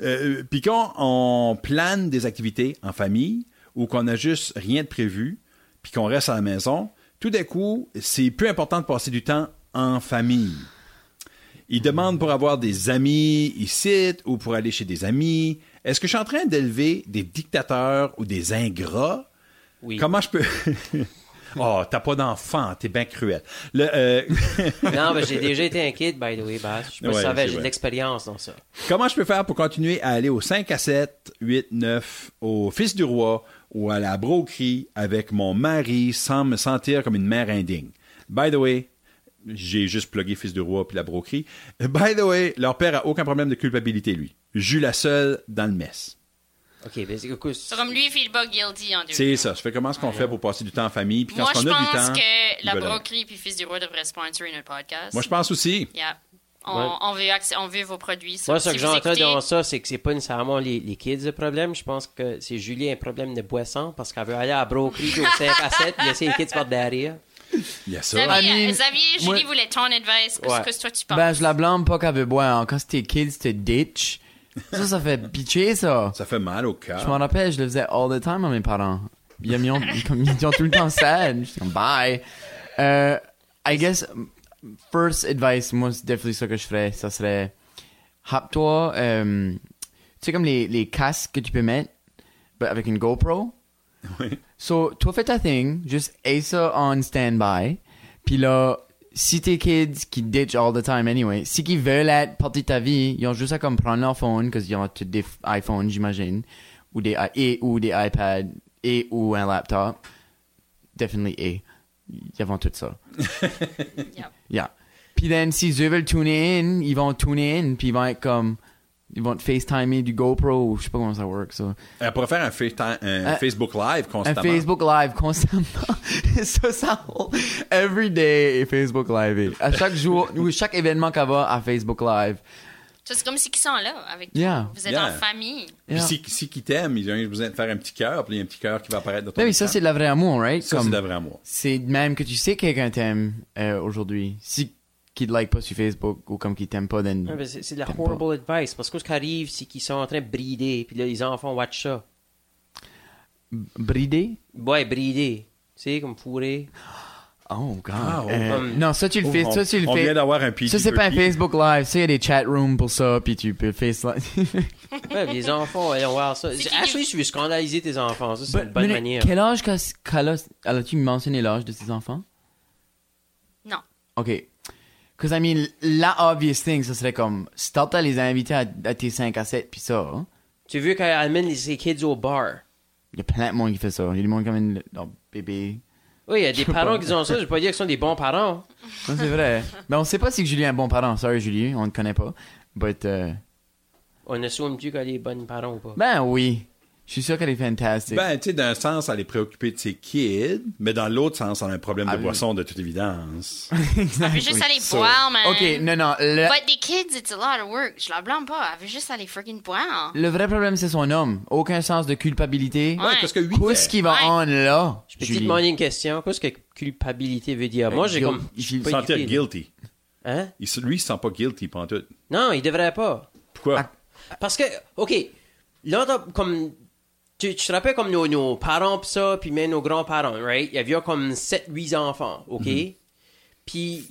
D: Euh, puis quand on plane des activités en famille ou qu'on n'a juste rien de prévu, puis qu'on reste à la maison, tout d'un coup, c'est plus important de passer du temps en famille. Ils demandent pour avoir des amis ici ou pour aller chez des amis. Est-ce que je suis en train d'élever des dictateurs ou des ingrats?
C: Oui.
D: Comment je peux... oh, t'as pas d'enfant, t'es bien cruel. Le, euh,
C: Non, mais j'ai déjà été un kid, by the way, Bass. Je me
D: Ouais,
C: savais,
D: c'est
C: j'ai de
D: vrai.
C: l'expérience dans ça.
D: Comment je peux faire pour continuer à aller au 5 à 7, 8, 9, au Fils du Roi ou à la broquerie avec mon mari sans me sentir comme une mère indigne? By the way, j'ai juste plugué Fils du Roi puis la broquerie. By the way, leur père a aucun problème de culpabilité, lui. Jus la seule dans le mess.
C: Ok, ben, c'est écoute,
E: So, comme lui, il feel pas guilty en deux.
D: C'est ça. Je fais comment est-ce qu'on fait pour passer du temps en famille puis quand
E: Moi,
D: on a
E: je
D: du
E: pense
D: temps.
E: que
D: ils
E: la
D: veulent aller.
E: broquerie puis Fils du Roi devraient sponsoriser notre podcast.
D: Moi, je pense aussi.
E: Yeah. On,
C: Ouais.
E: on, veut accé- on veut vos produits.
C: Moi, ce que j'entends dans
E: dans
C: ça, c'est que c'est pas nécessairement les, les kids le problème. Je pense que c'est Julie un problème de boisson parce qu'elle veut aller à la broquerie puis au 5 à 7 puis laisser les kids par derrière.
D: Il y a ça.
E: Xavier,
B: I mean,
E: Xavier, Julie
B: moi-
E: voulait ton advice.
C: Ouais.
E: Qu'est-ce que toi, tu penses?
B: Ben, je la blâme pas qu'elle veut boire. Quand c'était kid, c'était ditch. Ça, ça fait pitié, ça.
D: Ça fait mal au cœur.
B: Je m'en rappelle, je le faisais all the time à mes parents. Ils me ont, comme, ils ont tout le temps sad. Je suis comme, bye. Euh, I guess, first advice, moi, c'est definitely ça que je ferais. Ça serait, happe-toi, euh, tu sais, comme les, les casques que tu peux mettre, but avec une GoPro.
D: Oui.
B: So, toi, fais ta thing, juste aie ça on standby. Puis là, si tes kids qui ditch all the time anyway, si qu'ils veulent être partie de ta vie, ils ont juste à comme prendre leur phone, parce qu'ils ont tous des f- iPhones, j'imagine, ou des, i- et ou des iPads, et ou un laptop. Definitely et. Ils vont tout ça.
E: Yeah.
B: Yeah. Puis then, s'ils eux veulent tuner in, ils vont tuner in, puis ils vont être comme... Ils vont te FaceTimer du GoPro, ou je sais pas comment ça work, ça.
D: Elle pourrait faire un, FaceTime- un
B: Un-
D: Facebook Live
B: Euh, Un
D: constamment.
B: Facebook Live constamment. ça, ça, every day, est Facebook Live. est. À chaque jour, ou chaque événement qu'elle va à Facebook Live.
E: Ça, C'est comme si qu'ils sont là avec toi.
B: Yeah.
E: Vous êtes
D: Yeah.
E: en famille.
D: Puis
B: Yeah.
D: si, si qui t'aime, ils ont besoin de faire un petit cœur, puis il y a un petit cœur qui va apparaître dans ton
B: Non, mais Ben ça,
D: écran.
B: c'est de la vraie amour, right?
D: Ça, c'est
B: Comme-
D: de vrai amour.
B: C'est de même que tu sais que quelqu'un t'aime euh, aujourd'hui. Si qu'il te like pas sur Facebook ou comme qu'il t'aime pas, then...
C: Ouais, ben, c'est c'est de la
B: t'aimes
C: horrible advice parce que ce qui arrive, c'est qu'ils sont en train de brider puis là, les enfants watch ça.
B: pas. Bridé?
C: Ouais, brider. Tu sais, comme fourré.
B: Oh, God.
D: Ah, oh,
B: Euh,
C: comme-
B: non, ça, tu le
D: Oh,
B: fais.
D: on-
B: ça, tu le
D: on
B: fais.
D: vient d'avoir un
B: Ça, c'est pas un
D: PG.
B: Facebook Live. Ça, il y a des chat rooms pour ça, puis tu peux face live.
C: Ouais, les enfants, allons voir ça.
E: qui qui-
C: Ashley, tu veux scandaliser tes enfants. Ça, c'est
B: But-
C: une bonne
B: mais
C: manière.
B: Quel âge qu'a- qu'elle a- elle a-tu mentionné l'âge de ses enfants?
E: Non.
B: OK. Because, I mean, la obvious thing, ça serait comme, si t'entends les inviter à, à tes 5 à 7, puis ça, hein,
C: Tu veux qu'elle amène les- ses kids au bar.
B: il y a plein de monde qui fait ça. Il y a du monde qui amène le- leur bébé
C: Oui, il y a des
B: sais
C: parents
B: pas.
C: qui ont ça. Je vais pas dire qu'ils sont des bons parents.
B: Non, c'est vrai. Mais Ben, on sait pas si Julie est un bon parent. Sorry, Julie, on ne connaît pas. But, euh,
C: On assume-tu qu'elle est bonne parent ou pas?
B: ben oui. Je suis sûr qu'elle est fantastique.
D: Ben, tu sais, d'un sens, elle est préoccupée de ses kids, mais dans l'autre sens, elle a un problème
B: Ah
D: de
B: oui.
D: boisson, de toute évidence.
E: Elle veut Ah, juste aller euh,
D: So-
E: boire, man.
B: Ok, non, non. Le,
E: But the kids, it's a lot of work. Je la blâme pas. Elle veut juste aller freaking boire.
B: le vrai problème, c'est son homme. Aucun sens de culpabilité.
E: Ouais.
D: Parce que 8
B: Qu'est-ce qui va
E: Ouais.
B: en là,
C: Je peux te
B: Julie? Ben,
C: demander une question. Qu'est-ce que culpabilité veut dire? Moi, j'ai
B: guilt-
C: comme. je suis
B: il
C: pas
D: sentir
C: éduqué, là.
D: guilty.
C: Hein?
D: Il se- lui, il se sent pas guilty, pantoute.
C: Non, il devrait pas.
D: Pourquoi?
B: Ah.
C: Parce que, OK, là, t'as comme. Tu, tu te rappelles comme nos, nos parents, pis ça, puis même nos grands-parents, right? Il y avait comme 7-8 enfants, OK? Puis ils
D: Mhm.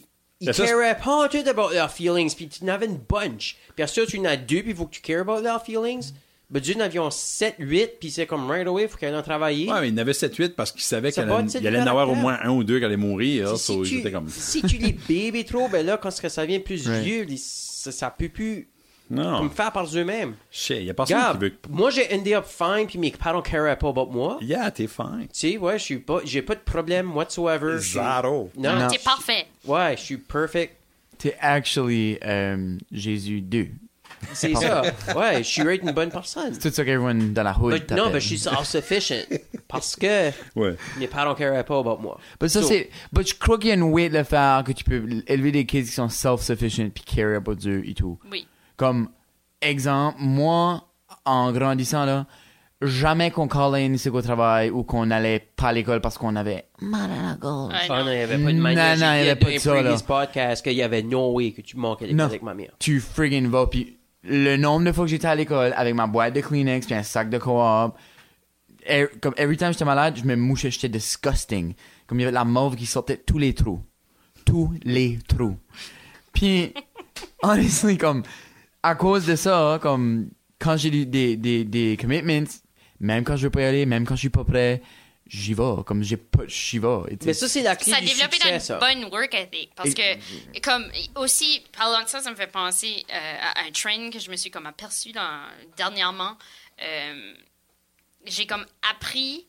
D: Mais ça, c'est-
C: caraient pas tout about leurs feelings, puis tu en avais une bunch. Puis à ça, tu en as deux, puis il faut que tu cares about leurs feelings. Mais Dieu, nous avions 7-8, puis c'est comme right away, il faut qu'elle en travaille.
D: Ouais, mais il en avait 7-8 parce qu'il savait
C: Ça
D: qu'il
C: va,
D: allait,
C: tu sais,
D: il
C: du
D: allait en avoir au
C: caractère.
D: moins un ou deux qui allaient mourir.
C: si,
D: so,
C: si
D: j'étais
C: tu,
D: comme.
C: si tu les bébés trop, ben là, quand ça- ça vient plus
B: Right.
C: vieux, les- ça, ça peut plus
D: Non.
C: comme, faire par eux-mêmes.
D: Shit, il y a personne
C: Gab,
D: qui veut.
C: moi j'ai ended up fine, puis mes parents caraient pas about moi.
D: Yeah, t'es fine.
C: Tu sais, ouais, je suis pas, j'ai pas de problème whatsoever. Je suis-
D: Zaro.
C: Non.
B: Non.
E: C'est parfait.
C: Ouais, je suis perfect.
B: T'es actually euh, Jésus 2.
C: C'est ça. Ouais, je suis right une bonne personne.
B: C'est tout ça qu'Everyone dans la hood
C: But non,
B: t'appelle.
C: mais je suis self-sufficient parce que
D: Ouais.
C: mes parents caraient pas about moi.
B: But ça,
C: So,
B: c'est... But je crois qu'il y a une way de le faire que tu peux élever des kids qui sont self-sufficient puis care about eux et tout.
E: Oui.
B: Comme, exemple, moi, en grandissant, là, jamais qu'on call in c'est qu'au travail ou qu'on allait pas à l'école parce qu'on avait mal à la gorge.
E: Ouais,
C: Ah non,
E: non.
C: il n'y avait pas de
B: Non,
C: manière.
B: non, il y
C: J'ai
B: avait
C: dit
B: pas de ça,
C: dans un
B: là.
C: previous podcast qu'il y avait no way que tu manquais l'école
B: Non.
C: avec ma mère.
B: Tu friggin' vas, puis le nombre de fois que j'étais à l'école avec ma boîte de Kleenex puis un sac de co-op, er- comme every time j'étais malade, je me mouchais, j'étais disgusting. Comme il y avait de la mauve qui sortait de tous les trous. Tous les trous. Puis, honestly, comme, à cause de ça, comme, quand j'ai des- des, des, des commitments, même quand je veux pas y aller, même quand je suis pas prêt, j'y vais. Comme, j'ai pas, j'y vais. Et tu
C: Mais
B: sais,
C: ça, c'est la clé
E: Ça a
C: du
E: développé
C: succès,
E: une
C: ça.
E: bonne work ethic. Parce
B: Et-
E: que, comme, aussi, parlant de ça, ça me fait penser euh, à un trend que je me suis comme aperçu dans- dernièrement. Euh, J'ai comme appris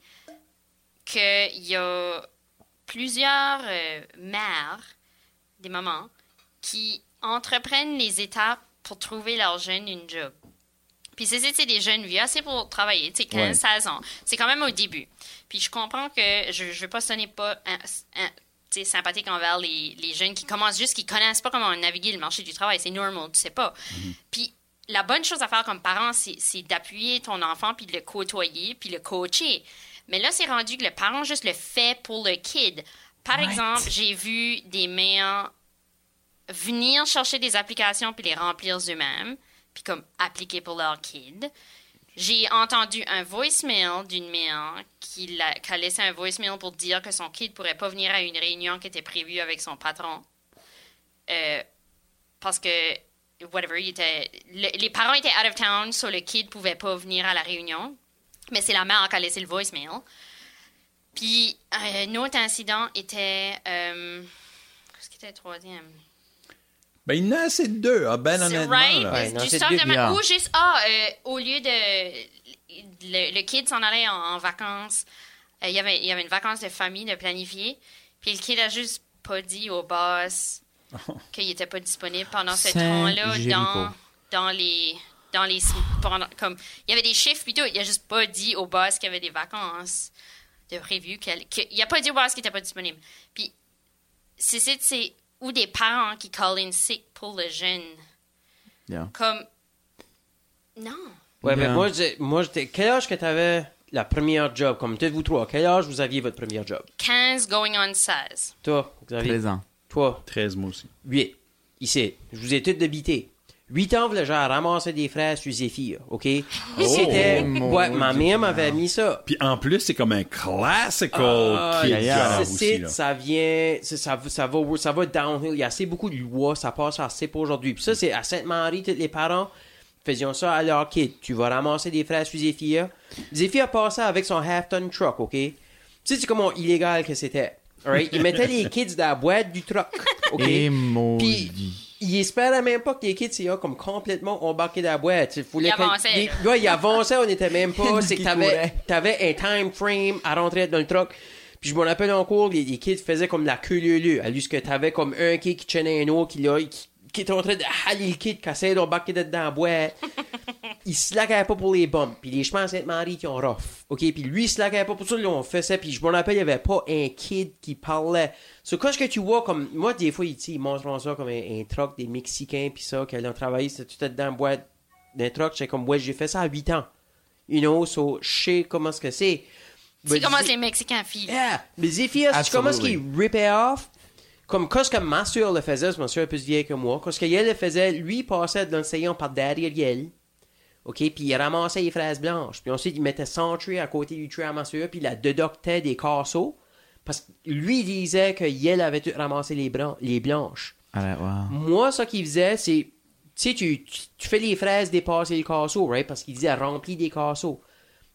E: qu'il y a plusieurs euh, mères, des mamans, qui entreprennent les étapes pour trouver leur jeune une job. Puis c'est, c'est c'est des jeunes vieux, assez pour travailler, tu sais, 15,
B: Ouais.
E: 16 ans. C'est quand même au début. Puis je comprends que je ne veux pas sonner pas hein, hein, tu sais, sympathique envers les, les jeunes qui commencent juste, qui connaissent pas comment naviguer le marché du travail. C'est normal, tu sais pas. Puis la bonne chose à faire comme parent, c'est, c'est d'appuyer ton enfant, puis de le côtoyer, puis le coacher. Mais là, c'est rendu que le parent juste le fait pour le kid. Par exemple, j'ai vu des mères venir chercher des applications puis les remplir eux-mêmes, puis comme appliquer pour leur kid. J'ai entendu un voicemail d'une mère qui, l'a- qui a laissé un voicemail pour dire que son kid pourrait pas venir à une réunion qui était prévue avec son patron. Euh, parce que, whatever, il était- le- les parents étaient out of town, so le kid pouvait pas venir à la réunion. Mais c'est la mère qui a laissé le voicemail. Puis, euh, un autre incident était. euh, Qu'est-ce qui était le troisième?
D: Ben, il en a assez de deux, ah, ben
E: C'est
D: honnêtement.
E: right,
D: là.
C: Ouais, non,
E: du
C: c'est
E: stuff de ma-
B: bien.
E: Ou juste, ah, euh, au lieu de. Le, le kid s'en allait en, en vacances. Euh, Il y avait- il y avait une vacance de famille de planifier. Puis le kid a juste pas dit au boss qu'il était pas disponible pendant ce
B: Saint
E: temps-là dans,
B: Jéricho.
E: dans les. Dans les pendant- comme, il y avait des chiffres, plutôt. Il a juste pas dit au boss qu'il y avait des vacances de prévu. qu'elle- que- il a pas dit au boss qu'il était pas disponible. Puis c'est- c'est c'est- ou des parents qui call in sick pour le jeune.
B: yeah.
E: Comme. Non.
C: Ouais, mais
B: Non.
C: moi, je- moi, j'étais- quel âge que t'avais la première job? Comme tous vous trois, quel âge vous aviez votre première job?
E: 15 going on 16.
C: Toi, Xavier.
B: Présent.
C: Toi,
D: 13 mois aussi.
C: 8. Ici, je vous ai tous débité. 8 ans, le genre ramasser des fraises sur Zéphyr, OK? C'était...
B: Oh, mon
C: Ouais, ma
B: Dieu.
C: mère m'avait mis ça.
D: Puis en plus, c'est comme un classical
C: Ah,
D: kid
B: yeah, yeah.
D: job
C: c'est-
D: aussi,
C: c'est-
D: là.
C: ça vient, c'est- ça, va- ça, va, ça va downhill. Il y a assez beaucoup de lois, ça passe assez pas aujourd'hui. Puis ça, c'est à Sainte-Marie, tous les parents faisions ça à leur kid. Tu vas ramasser des fraises sur Zéphia. Zéphia passait avec son half-ton truck, OK? Tu sais, c'est comment illégal que c'était. Alright? Il mettait les kids dans la boîte du truck, OK?
B: Et
C: Puis,
B: maudit.
C: il espérait même pas que les kids s'y comme complètement embarqués dans la boîte. Il fallait
E: Ils
C: que-
E: avançaient.
C: les- ouais, ils avançaient, on était même pas.
B: Ils
C: c'est que
B: couraient.
C: t'avais, t'avais un time frame à rentrer dans le truck. Puis je me rappelle encore, les, les kids faisaient comme la queue lieu lieu. Alors que t'avais comme un kid qui tenait un autre, qui, l'a- qui, qui était en train de haler le kid, qui essayait d'embarquer dedans la boîte. il slackait pas pour les bombes. Puis les chemins Sainte-Marie qui ont rough. OK? Puis lui, il slackait pas pour ça. Là, on fait ça. Puis je me rappelle, il y avait pas un kid qui parlait. So, quand ce que tu vois, comme, moi, des fois, ils, tu sais, ils montrent ça comme un, un truck des Mexicains, puis ça, qu'elle ont travaillé, c'était tout dedans, boîte d'un truck. J'étais comme, ouais, j'ai fait ça à 8 ans. You know, so, je sais comment ce que c'est.
E: C'est
C: Mais
E: comment
C: dis-
E: les Mexicains filent.
C: Yeah! Mais Zephyr, tu
B: Absolutely.
C: comment est-ce qu'il ripait off? Comme quand ce que ma soeur le faisait, parce que ma soeur est plus vieille que moi, quand ce qu'elle le faisait, lui passait dans le saillon par derrière elle, OK, puis il ramassait les fraises blanches, puis ensuite il mettait son trait à côté du trait à ma soeur, puis il la déductait des casseaux, parce que lui disait que Yel avait tout ramassé les, bran- les blanches.
B: Ah, ouais, wow.
C: Moi, ce qu'il faisait, c'est. Tu sais, tu, tu- tu fais les fraises dépasser les casseaux, right? Parce qu'il disait remplis des casseaux.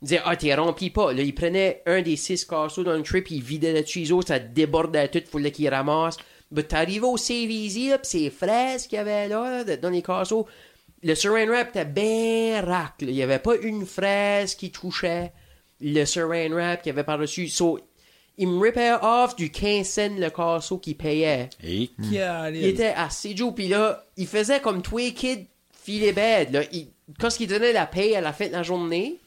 C: Il disait, ah, t'es rempli pas. Là, il prenait un des six casseaux dans le trip, il vidait le tuyau, ça débordait tout, fallait qu'il ramasse. Mais t'arrivais au save easy, là, pis ces fraises qu'il y avait là, de- dans les casseaux, le saran wrap était bien racle. Il y avait pas une fraise qui touchait le saran wrap qu'il y avait par-dessus. So, il me ripait off du 15 cents le casseau qu'il payait.
D: Et qui a
C: Il était assez Joe, puis là, il faisait comme tous les kids filaient bête. Là. Il, quand il donnait la paye à la fin de la journée,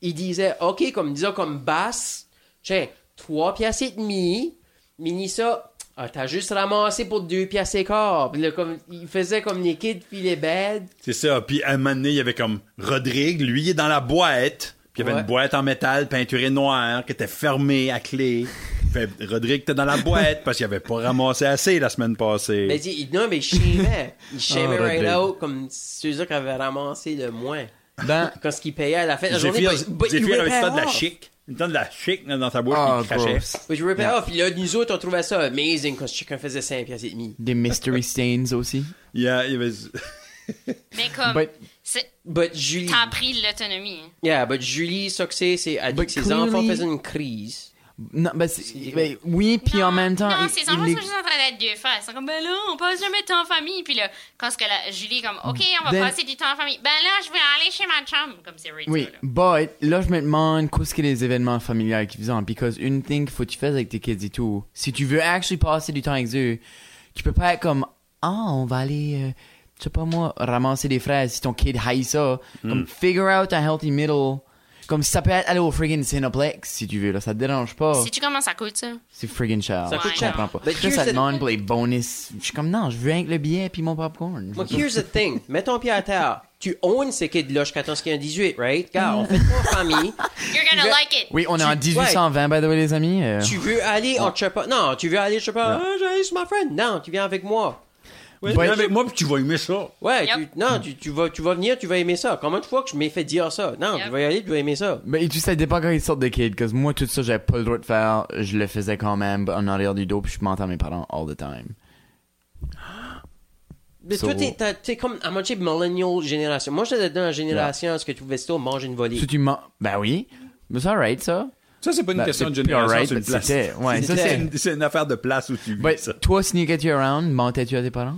C: il disait, OK, comme disons, comme basse, tiens, 3 piastres et demi, mini ça, ah, t'as juste ramassé pour 2 piastres et quart. Puis là, comme, il faisait comme les kids filaient bête.
D: C'est ça. Puis à un moment donné, il y avait comme Rodrigue, lui, il est dans la boîte. Puis il y avait
C: Ouais.
D: une boîte en métal peinturée noire qui était fermée à clé. Fait, Rodrigue était dans la boîte parce qu'il avait pas ramassé assez la semaine passée.
C: Mais il, Ben, non, mais il shamait. Il shamait
D: ben,
B: Ah,
C: right
B: Rodrigue.
C: out comme ceux-là qui avaient ramassé le moins.
D: Ah.
B: Ben,
C: Quand ce qu'il payait à la fin de la journée, ben,
D: Zephyr
C: but- but you
D: Zephyr avait
C: repair
D: tout le temps de la
C: off.
D: chic. Tout le temps de la chic dans sa boîte
B: oh,
C: Ah,
D: qui crachait.
B: gross.
C: But you repair off. Ah, Puis là, nous autres, on trouvait ça amazing quand chacun faisait 5 piastres et demi.
B: Des mystery stains aussi.
D: Yeah, il y avait...
E: Mais comme,
B: But-
E: c'est-
C: But Julie.
E: t'as pris l'autonomie. hein.
C: Yeah, but Julie, ça que c'est, c'est. Elle dit
B: But
C: que ses
B: clearly-
C: enfants faisaient une crise.
B: Non, ben, c'est- ben, oui, puis en
E: Non,
B: même temps.
E: Non,
B: il-
E: ces
B: il
E: enfants
B: est-
E: sont juste en train d'être deux frères. Ils sont comme, ben là, on passe jamais de temps en famille. Puis là, quand ce que la Julie est comme, OK, on va
B: Ben-
E: passer du temps en famille. Ben là, je vais aller chez ma chambre. Comme c'est ridicule.
B: Oui, but là, je me demande qu'est-ce que les événements familiaux qu'ils faisaient. Because une thing qu'il faut que tu fasses avec tes kids et tout, si tu veux actually passer du temps avec eux, tu peux pas être comme Ah, on va aller, euh, je sais pas moi, ramasser des fraises si ton kid haït ça. Comme figure out a healthy middle. Comme ça peut être aller au friggin' Cineplex si tu veux, là, ça te dérange pas.
E: Si tu commences à coûte ça.
B: C'est friggin' cher.
C: Ça coûte
B: je
C: cher. Ben,
B: comprends pas.
C: But
B: Là,
C: here's
B: ça
C: the-
B: demande pour les bonus. Je suis comme non, je veux rien que le billet puis mon popcorn.
C: Moi, here's the thing. Mets ton pied à terre. Tu owns ces kids-là jusqu'à temps qu'il y ait un 18, right? Gars, on fait pas famille.
E: You're gonna
C: Ben-
E: like it.
B: Oui, on est
C: Tu-
B: en 1820, by the way, les amis. euh.
C: Tu veux aller en Chapa. Non, tu veux aller, je sais pas. Ah, j'allais chez ma friend. Non, tu viens avec moi.
D: Ouais,
B: Ouais.
D: viens avec moi puis tu vas aimer ça.
C: Ouais,
E: Yep.
C: tu, non, tu, tu, vas, tu vas venir, tu vas aimer ça. Combien de fois que je m'ai fait dire ça? Non,
E: Yep.
C: tu vas y aller, tu vas aimer ça.
B: Mais Ben, tu sais, ça dépend quand ils sortent des kids, parce que moi, tout ça, j'avais pas le droit de faire. Je le faisais quand même en arrière du dos, puis je mentais à mes parents all the time.
C: Mais
B: So-
C: toi, t'es, t'as- t'es comme à moitié millennial génération. Moi, j'étais dans la génération où ce que tu pouvais ça, manger une volée.
B: Si tu mens. Ben oui. Mais c'est alright, ça.
D: Ça, c'est pas une
B: Ben,
D: question de
B: c'est plus
D: génération,
B: alright,
D: c'est une
B: mais
D: place.
B: c'était- ouais,
C: ça,
D: c'est une, c'est une affaire de place où tu vis
B: Ben,
D: ça.
B: toi, sneakais-tu around, mentais-tu à tes parents?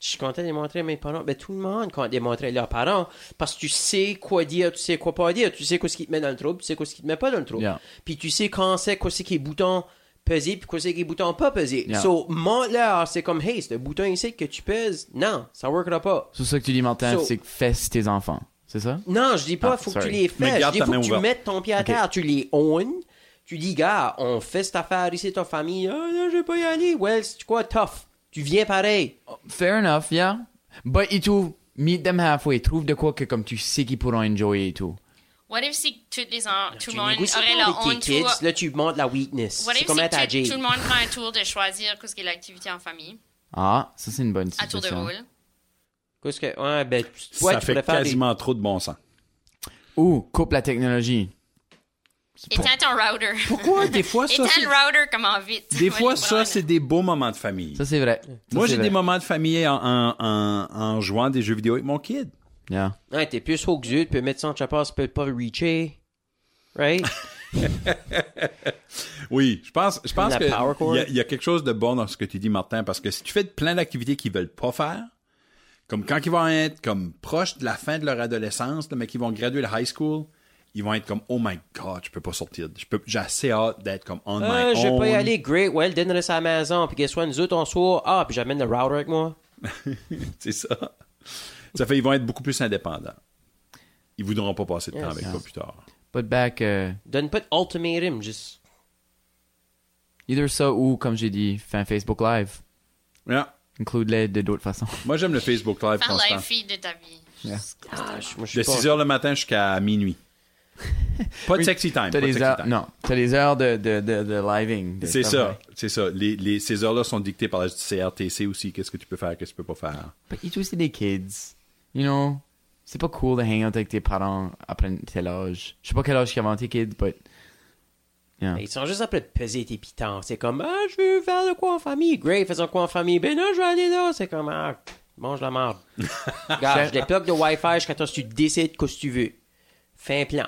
C: Je suis content de les montrer à mes parents. Ben, tout le monde quand de montrer à leurs parents. Parce que tu sais quoi dire, tu sais quoi pas dire. Tu sais quoi ce qui te met dans le trouble, tu sais quoi ce qui te met pas dans le trouble.
B: Yeah.
C: Puis tu sais quand c'est quoi c'est qui est bouton pesé, puis quoi c'est qui est bouton pas pesé.
B: Yeah.
C: So, montre-leur, c'est comme, hey, c'est le bouton ici que tu pèses. Non, ça workera pas.
B: C'est ça que tu dis, mentais,
C: So-
B: c'est que fesse tes enfants. C'est ça?
C: Non, je dis pas,
B: Ah,
C: faut
B: sorry.
C: que tu les
D: Mais
C: fasses. Je
D: garde
C: dis,
D: ta
C: faut
D: main
C: que tu
D: ouverte.
C: mettes ton pied à
B: Ok.
C: terre, tu les own. Tu dis, gars, on fait cette affaire ici, ta famille. Ah, non, je vais pas y aller. Well, c'est quoi, tough. Tu viens pareil.
B: Fair enough, yeah. But et tout, meet them halfway. Trouve de quoi que comme tu sais qu'ils pourront enjoy et tout.
E: What if si toutes les en-
C: Tu
E: tout le monde
C: négocies
E: aurait
C: pas
E: leur own
C: avec tes kids,
E: tour?
C: là, tu montres la weakness.
E: What
C: C'est
E: if
C: comme être à
E: si tout-
C: Jade.
E: tout le monde prend un tour de choisir qu'est-ce qui est l'activité en famille?
B: Ah, ça, c'est une bonne
E: À tour de
B: situation.
E: rôle.
C: Qu'est-ce que. Ouais, ben, tu- ouais,
D: ça
C: tu
D: fait
C: pourrais faire des-
D: quasiment trop de bon sens.
B: Ou coupe la technologie.
E: Éteins ton router.
D: Pourquoi des fois ça
E: Éteins
D: c'est...
E: le router comment vite.
D: Des
E: Moi,
D: fois
E: je
D: ça
E: prends-
D: c'est des beaux moments de famille.
B: Ça, c'est vrai. Ça,
D: Moi
B: c'est
D: j'ai
B: vrai.
D: des moments de famille en, en, en, en jouant à des jeux vidéo avec mon kid.
B: Yeah.
C: Ouais, t'es plus haut que Zut, puis mettre ça en chapas, tu peux pas le reacher. Right?
D: Oui, je pense je pense
C: La
D: que
C: power
D: il
C: cord.
D: y a- il y, a quelque chose de bon dans ce que tu dis Martin parce que si tu fais plein d'activités qu'ils veulent pas faire comme quand ils vont être comme proches de la fin de leur adolescence là, mais qu'ils vont graduer le high school, ils vont être comme Oh my god, je peux pas sortir. Je peux, j'ai assez hâte d'être comme on
C: Ah,
D: my
C: je
D: own.
C: peux y aller, great, well, donne reste à la maison, puis guess what, nous autres, on sort, ah, puis j'amène le router avec moi.
D: C'est ça. Ça fait ils vont être beaucoup plus indépendants. Ils voudront pas passer de temps avec
C: Ah.
D: toi plus tard.
B: But back, euh,
C: Donne pas d'ultimatum, juste.
B: either ça ou, comme j'ai dit, fin Facebook Live.
D: Yeah.
B: Include l'aide de d'autres façons.
D: Moi, j'aime le Facebook Live
E: Faire
D: constant.
E: la fille de ta vie.
C: Ah, je- moi, je
D: De
C: suis pas...
D: 6 h le matin jusqu'à minuit. Pas de sexy time.
B: T'as
D: pas de
B: des
D: sexy
B: heures,
D: time.
B: non, t'as des heures de, de, de, de living. de
D: C'est
B: travail.
D: ça, c'est ça. Les, les- ces heures-là sont dictées par la CRTC aussi. Qu'est-ce que tu peux faire, qu'est-ce que tu peux pas faire.
B: But et tout, c'est des kids. You know, c'est pas cool de hang out avec tes parents après tel âge. Je sais pas quel âge qu'ils ont tes kids, but. Yeah.
C: Ben, Ils sont juste après de peser tes pitons. C'est comme, ah, je veux faire de quoi en famille. Great, faisons quoi en famille. Ben non, je vais aller là. C'est comme, ah, mange la merde. Regarde, je les bloque de Wi-Fi jusqu'à temps que tu décides ce que tu veux. Fin plan.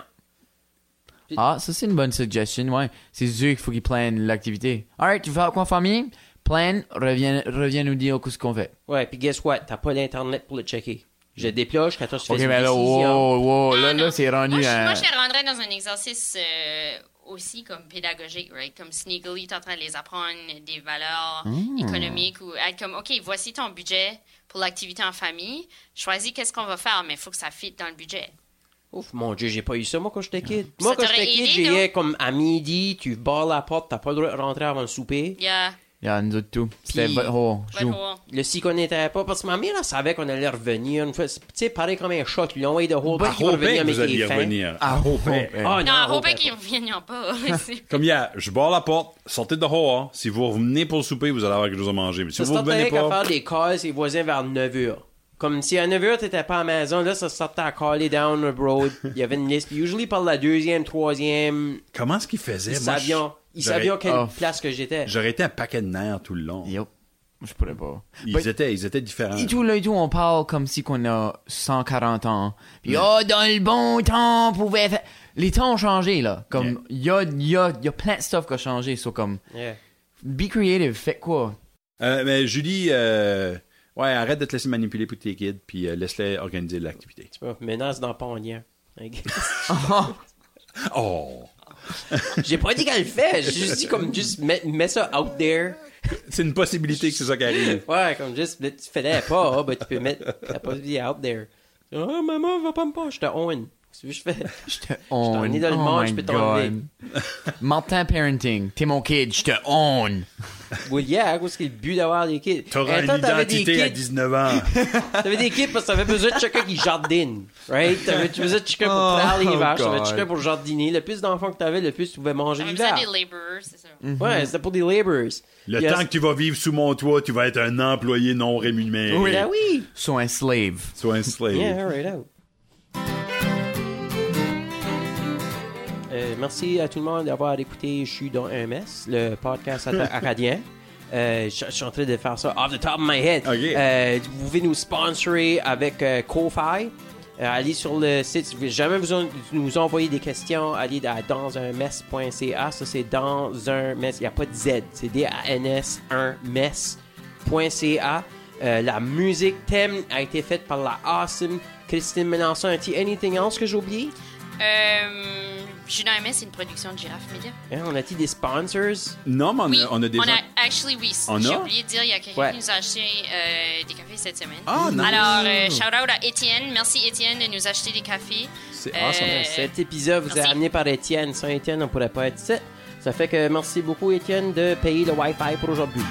B: Ah, ça c'est une bonne suggestion, ouais. C'est sûr qu'il faut qu'ils planent l'activité. Alright, tu veux faire quoi en famille? Plan, reviens, reviens nous dire ce qu'on fait.
C: Ouais, puis guess what? T'as pas l'internet pour le checker. Je déploie jusqu'à temps que tu
B: Ok,
C: fais une
B: mais là, oh.
C: décision.
B: wow, wow, là,
E: Non,
B: là,
E: Ah, non.
B: c'est rendu
E: moi, je,
B: à-
E: moi, je les rendrais dans un exercice euh, aussi comme pédagogique, right? Comme sneakily, t'es en train de les apprendre des valeurs économiques ou être comme, OK, voici ton budget pour l'activité en famille. Choisis qu'est-ce qu'on va faire, mais il faut que ça fitte dans le budget.
C: Ouf, mon dieu, j'ai pas eu ça, moi, quand j'étais kid. Moi,
E: Ça
C: quand j'étais
E: t'aurait
C: kid,
E: aidé,
C: j'ai
E: non?
C: eu comme à midi, tu barres la porte, t'as pas le droit de rentrer avant le souper.
E: Yeah,
B: Yeah, nous autres, tout. C'était
C: Puis-
B: votre oh,
E: but
B: joue.
E: well.
C: Le si qu'on n'était pas, parce que ma mère, elle savait qu'on allait revenir une fois. Tu sais, pareil comme un chat, ils l'ont envoyé de hold,
D: À
C: ils vont
D: Roubaix,
C: revenir, mais
D: Bah, vous
C: qu'il
D: allez
C: est fin.
D: revenir. À Roubaix.
B: Roubaix.
C: Ah,
E: Non, à
C: non,
E: Roubaix,
C: Roubaix.
E: qu'ils ne reviennent pas. C'est-
D: Comme hier, je barre la porte, sortez dehors. Si vous revenez pour le souper, vous allez avoir quelque chose à manger. Mais si
C: Ça
D: vous
C: se
D: ne
C: sortait
D: revenez
C: qu'à
D: pas,
C: faire des calls et voisins vers 9h. Comme si à 9h, t'étais pas à la maison, là, ça se sortait à caller down the road. Il y avait une liste. Puis usually, par la deuxième, troisième,
D: comment est-ce qu'ils faisaient?
C: ils
D: Eh, Moi, je-
C: savaient, ils
D: j'aurais-
C: savaient à quelle
B: Oh.
C: place que j'étais.
D: J'aurais été un paquet de nerfs tout le long.
B: Yo. Je pourrais pas.
C: Euh.
D: Ils,
B: But-
D: étaient, ils étaient différents.
B: Et tout, là, et tout, on parle comme si qu'on a 140 ans. Puis, oh, dans le bon temps, on pouvait faire... Les temps ont changé, là. Comme, il y, a, y a- y a plein de stuff qui a changé. So, comme,
C: Yeah.
B: be creative, faites quoi?
D: Euh, mais Julie, euh, ouais, arrête de te laisser manipuler pour tes kids, puis euh, laisse-les organiser l'activité.
C: Tu vois, Oh, menace dans pas en lien.
D: Oh!
C: J'ai pas dit qu'elle le fait. J'ai juste dit comme, juste mets, mets ça out there.
D: C'est une possibilité que c'est ça qui arrive.
C: Ouais, comme juste, là, tu fais pas, hein, ben, tu peux mettre la possibilité out there. Ah, maman, va pas me pas, je te own. Qu'est-ce que je fais?
B: Je te own.
C: ai dans le
B: Oh
C: monde,
B: my
C: je peux t'enlever.
B: God. Martin Parenting, t'es mon kid, je te own.
C: Well, yeah, qu'est-ce qui est le but d'avoir des kids?
D: T'auras
C: Eh, toi,
D: une
C: t'avais des
D: identité à
C: kids-
D: 19 ans.
C: T'avais des kids parce que t'avais besoin de chacun qui jardine, right? T'avais besoin de chacun pour
B: Oh,
C: travailler les
B: oh
C: vaches, t'avais
B: God.
C: chacun pour jardiner. Le plus d'enfants que t'avais, le plus tu pouvais manger
E: J'avais besoin
C: l'hiver.
E: des laborers, c'est ça.
C: Ouais, c'était pour des laborers.
D: Le
C: Puis,
D: temps que tu vas vivre sous mon toit, tu vas être un employé non rémunéré.
C: euh, Ah oui!
B: So, un slave.
D: Sois un slave.
C: Yeah, right out. Euh, merci à tout le monde d'avoir écouté Je suis dans un mess, le podcast atta- acadien. Euh, je, je suis en train de faire ça off the top of my head.
D: Ok.
C: Euh, vous pouvez nous sponsorer avec euh, Ko-Fi. Euh, allez sur le site. Si vous- jamais vous en- nous envoyer des questions, allez à dansunmess.ca. Ça, c'est dans un mess. Il n'y a pas de Z. C'est D-A-N-S 1 mess.ca. Euh, la musique thème a été faite par la awesome Christine Mélenchon. Est-il anything else que j'ai oublié?
E: Euh, Juno MS, c'est une production de Giraffe Media.
C: Hein, on a-t-il des sponsors?
D: Non, mais on,
E: Oui,
D: a, on a des gens-
E: actually, oui.
D: On
E: J'ai
D: a?
E: oublié de dire, il y a quelqu'un
C: Ouais.
E: qui nous a acheté euh, des cafés cette semaine.
D: Ah, nice.
E: Alors, euh, shout out à Étienne. Merci, Étienne, de nous acheter des cafés.
D: C'est
E: Euh,
D: awesome.
C: Cet épisode vous est
E: merci.
C: amené par Étienne. Sans Étienne, on pourrait pas être ici. Ça fait que merci beaucoup, Étienne, de payer le Wi-Fi pour aujourd'hui.